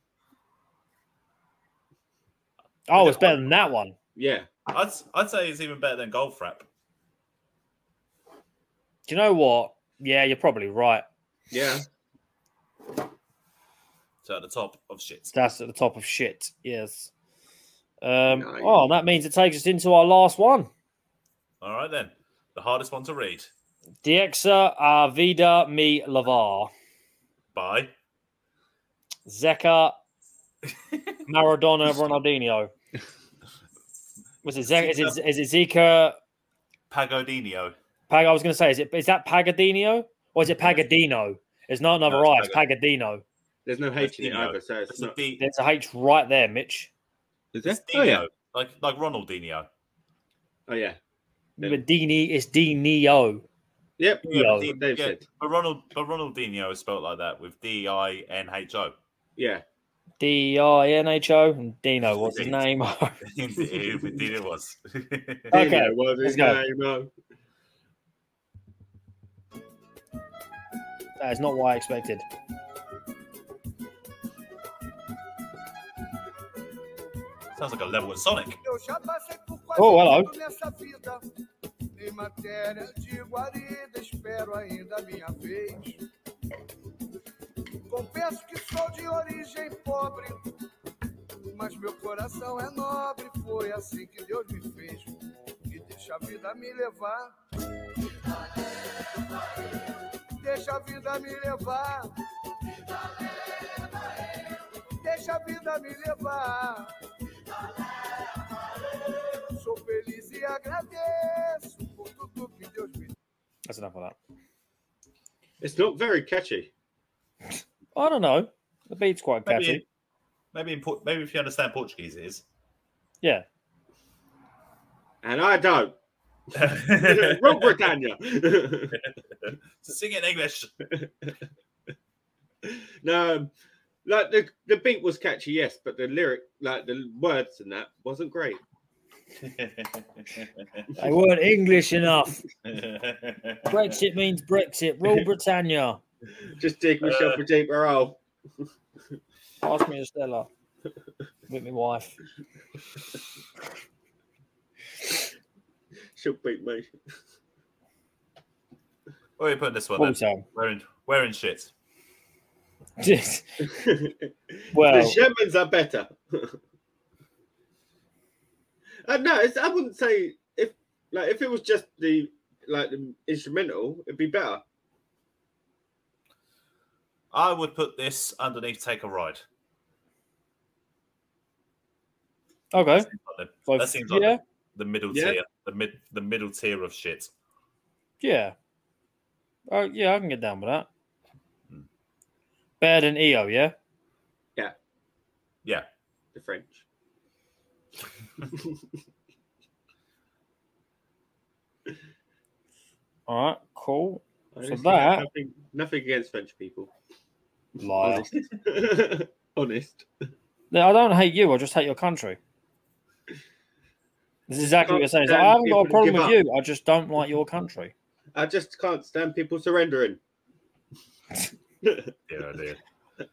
Speaker 4: Oh, it's better than that one.
Speaker 3: Yeah.
Speaker 2: I'd, I'd say it's even better than Goldfrapp.
Speaker 4: Do you know what? Yeah, you're probably right.
Speaker 3: Yeah.
Speaker 2: So at the top of shit.
Speaker 4: That's at the top of shit. Yes. Um,
Speaker 3: Nice.
Speaker 4: Oh, that means it takes us into our last one.
Speaker 2: All right then, the hardest one to read
Speaker 4: Diexa Arvida Mi Lavar.
Speaker 2: by
Speaker 4: Zeka Maradona Ronaldinho. Was it Zeka? Is it, is it Zeka?
Speaker 2: Pagodinho.
Speaker 4: Pag, I was going to say, is it is that Pagadino or is it Pagadino? It's not another
Speaker 2: No,
Speaker 4: I.
Speaker 2: it's
Speaker 4: It's Pagadino.
Speaker 3: There's no H in it
Speaker 2: Dino.
Speaker 3: either, so it's
Speaker 2: It's a
Speaker 3: not.
Speaker 2: D-
Speaker 4: There's a H right there, Mitch.
Speaker 3: Is
Speaker 2: it's
Speaker 3: there? Oh yeah.
Speaker 2: Dino, like like Ronaldinho.
Speaker 3: Oh yeah. Yeah.
Speaker 4: But Dini is D Neo.
Speaker 3: Yep.
Speaker 4: Yeah,
Speaker 3: that's
Speaker 2: D-
Speaker 3: what Dave
Speaker 2: yeah,
Speaker 3: said.
Speaker 2: but Ronald but Ronaldinho is spelled like that with D I N H O.
Speaker 3: Yeah.
Speaker 4: D I N H O and Dino was his
Speaker 2: Indeed.
Speaker 4: name.
Speaker 2: Indeed, it was.
Speaker 4: Okay,
Speaker 3: Dino was his
Speaker 4: let's go.
Speaker 3: name, oh.
Speaker 4: that is not what I expected.
Speaker 2: Sounds like a level in Sonic.
Speaker 9: Eu já passei por quase
Speaker 4: Oh, hello.
Speaker 9: tudo nessa vida. Em matéria de guarida, espero ainda a minha vez. Confesso que sou de origem pobre, mas meu coração é nobre. Foi assim que Deus me fez. E deixa a vida me levar. Deixa a vida me levar. Deixa a vida me levar. Sou feliz e agradeço por tudo que Deus me
Speaker 4: That's enough of that.
Speaker 3: It's not very catchy.
Speaker 4: I don't know. The beat's quite
Speaker 2: Maybe,
Speaker 4: catchy.
Speaker 2: maybe, in, Por- maybe if you understand Portuguese, it is.
Speaker 4: Yeah.
Speaker 3: And I don't. Wrong Britannia.
Speaker 2: Sing it in English.
Speaker 3: no, um, like the, the beat was catchy, yes, but the lyric, like the words and that wasn't great.
Speaker 4: They weren't English enough. Brexit means Brexit. Rule Britannia.
Speaker 3: Just dig myself
Speaker 4: Uh.
Speaker 3: a deeper hole.
Speaker 4: Ask me to Stella with my wife.
Speaker 3: She'll beat me.
Speaker 2: Where are we putting this one then?
Speaker 4: Also,
Speaker 2: We're in, we're in shit.
Speaker 4: just,
Speaker 3: the
Speaker 4: well,
Speaker 3: Germans are better. uh, no, it's, I wouldn't say if like if it was just the like the instrumental, it'd be better.
Speaker 2: I would put this underneath Take a Ride.
Speaker 4: okay.
Speaker 2: That seems like the-
Speaker 4: So,
Speaker 2: that seems like
Speaker 4: yeah,
Speaker 2: the middle
Speaker 3: Yeah.
Speaker 2: tier, the mid, the middle tier of shit.
Speaker 4: yeah. Oh, yeah, I can get down with that. Better than EO, yeah?
Speaker 2: Yeah,
Speaker 3: The French.
Speaker 4: All right, cool.
Speaker 3: Honestly,
Speaker 4: that-
Speaker 3: nothing, nothing against French people.
Speaker 4: Liar.
Speaker 3: Honest. Honest.
Speaker 4: No, I don't hate you. I just hate your country. This is exactly what you're saying. It's like, I
Speaker 3: Can't
Speaker 4: haven't got a
Speaker 3: people
Speaker 4: problem
Speaker 3: give
Speaker 4: with you. I just don't like your country.
Speaker 3: I just can't stand people surrendering.
Speaker 2: yeah, I do.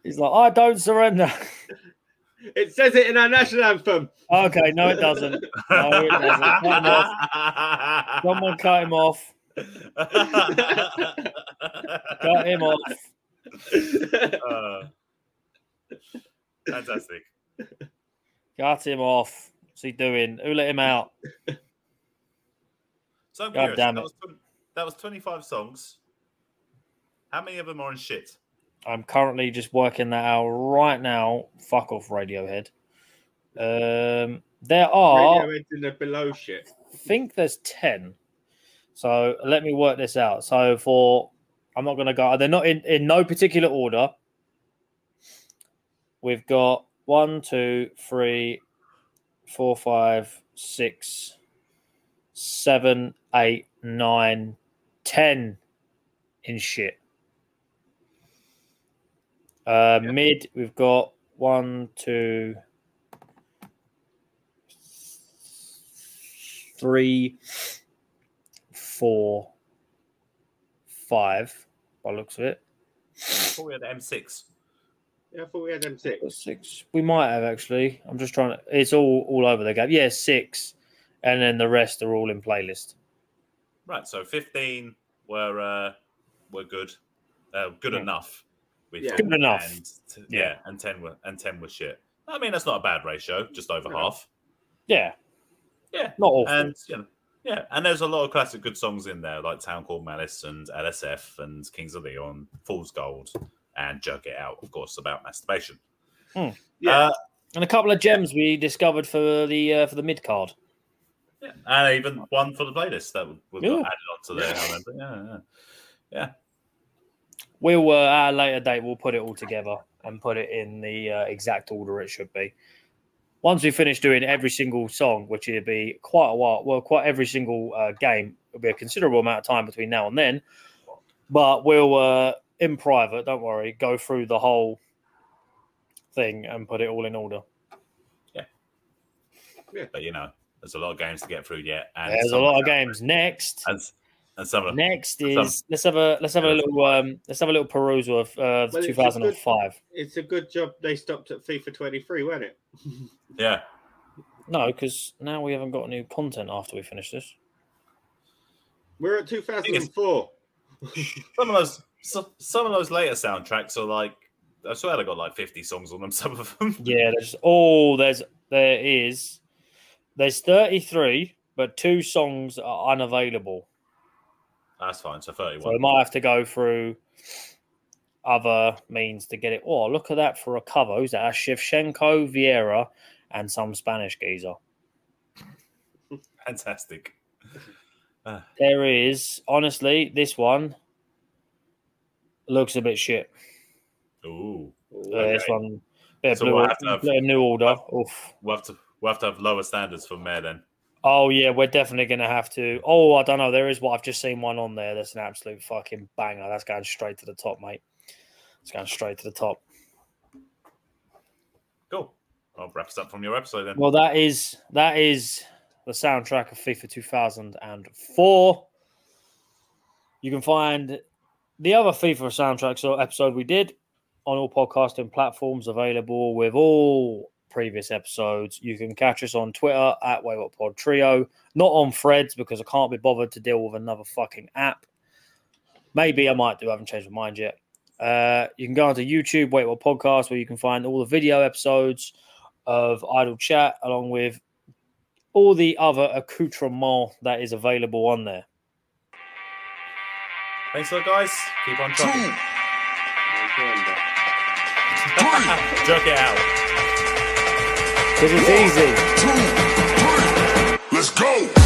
Speaker 4: He's like, I don't surrender.
Speaker 3: It says it in our national anthem.
Speaker 4: okay, no, it doesn't. No, it doesn't. Cut him off. Someone cut him off. Cut him off.
Speaker 2: Uh, fantastic.
Speaker 4: Cut him off. What's he doing? Who let him out?
Speaker 2: So I'm
Speaker 4: God
Speaker 2: curious.
Speaker 4: damn
Speaker 2: that,
Speaker 4: it.
Speaker 2: was, twen- that was 25 songs. How many of them are in shit?
Speaker 4: I'm currently just working that out right now. Fuck off, Radiohead. Um, there are,
Speaker 3: Radiohead's in the below shit.
Speaker 4: I think there's 10. So let me work this out. So for, I'm not going to go, they're not in, in no particular order. We've got one, two, three, four, five, six, seven, eight, nine, ten in shit. Uh, Mid, we've got one, two, three, four, five. By the looks of it,
Speaker 2: I thought we had M6.
Speaker 3: Yeah, I thought we had them six.
Speaker 4: Got six. We might have actually. I'm just trying to. It's all all over the gap. Yeah, six, and then the rest are all in playlist.
Speaker 2: Right, so 15 were uh, were good, uh, good
Speaker 4: Yeah.
Speaker 2: enough. we
Speaker 3: Yeah.
Speaker 2: thought,
Speaker 4: Good enough.
Speaker 2: And t- yeah. and 10 were and 10 were shit. I mean, that's not a bad ratio, just over
Speaker 3: No.
Speaker 2: half.
Speaker 4: Yeah,
Speaker 2: Yeah, Um,
Speaker 4: not all.
Speaker 2: and you know, yeah, and there's a lot of classic good songs in there, like Town Called Malice and LSF and Kings of Leon, Fool's Gold, and Jug It Out, of course, about masturbation.
Speaker 4: Hmm.
Speaker 2: Yeah,
Speaker 3: Yeah.
Speaker 4: and a couple of gems we discovered for the uh, for the mid card.
Speaker 2: Yeah, Uh, and even one for the playlist that was
Speaker 4: Yeah.
Speaker 2: got added onto there. I remember.
Speaker 4: We'll uh, at a later date we'll put it all together and put it in the uh, exact order it should be. Once we finish doing every single song, which it'll be quite a while, well, quite every single uh, game, it'll be a considerable amount of time between now and then. But we'll uh, in private, don't worry, go through the whole thing and put it all in order.
Speaker 2: Yeah, but you know, there's a lot of games to get through yet. And
Speaker 4: There's a
Speaker 2: some-
Speaker 4: lot of games. Next,
Speaker 2: and, and some of them.
Speaker 4: next
Speaker 2: some-
Speaker 4: is let's have a let's have a
Speaker 2: Yeah.
Speaker 4: little um, let's have a little perusal of uh,
Speaker 3: Well, it's a good-
Speaker 4: 2005.
Speaker 3: It's a good job they stopped at FIFA 23, wasn't it?
Speaker 2: Yeah,
Speaker 4: No, because now we haven't got new content after we finish this.
Speaker 3: We're at 2004.
Speaker 2: some of those, so, some of those later soundtracks are like. I swear they got like 50 songs on them. Some of them.
Speaker 4: Yeah, there's oh, there's there is there's 33, but two songs are unavailable.
Speaker 2: That's fine. So
Speaker 4: So we
Speaker 2: 31.
Speaker 4: might have to go through other means to get it. Oh, look at that for a cover. Who's that? That's Shevchenko, Vieira, and some Spanish geezer.
Speaker 2: Fantastic.
Speaker 4: There is, honestly, this one looks a bit shit.
Speaker 2: Ooh.
Speaker 4: Uh, This
Speaker 2: Okay.
Speaker 4: one, bit of
Speaker 2: So
Speaker 4: blue,
Speaker 2: we'll have to have-
Speaker 4: bit of new order. Oof.
Speaker 2: We'll have to we'll have to have lower standards for Mare then.
Speaker 4: Oh yeah, we're definitely gonna have to. Oh, I don't know. There is what I've just seen one on there. That's an absolute fucking banger. That's going straight to the top, mate. It's going straight to the top.
Speaker 2: Cool. I'll wrap us up from your episode then.
Speaker 4: Well, that is that is the soundtrack of FIFA 2004. You can find the other FIFA soundtracks or episode we did on all podcasting platforms available with all previous episodes. You can catch us on Twitter at Wayward Pod Trio, not on Threads because I can't be bothered to deal with another fucking app. Maybe I might do. I haven't changed my mind yet. Uh, you can go onto YouTube, Wait What Podcast, where you can find all the video episodes of Idle Chat, along with all the other accoutrement that is available on there.
Speaker 2: Thanks a lot, guys. Keep on
Speaker 1: two,
Speaker 2: trucking.
Speaker 1: three,
Speaker 2: Jerk it out.
Speaker 4: Because it's easy.
Speaker 1: two, three. Let's go.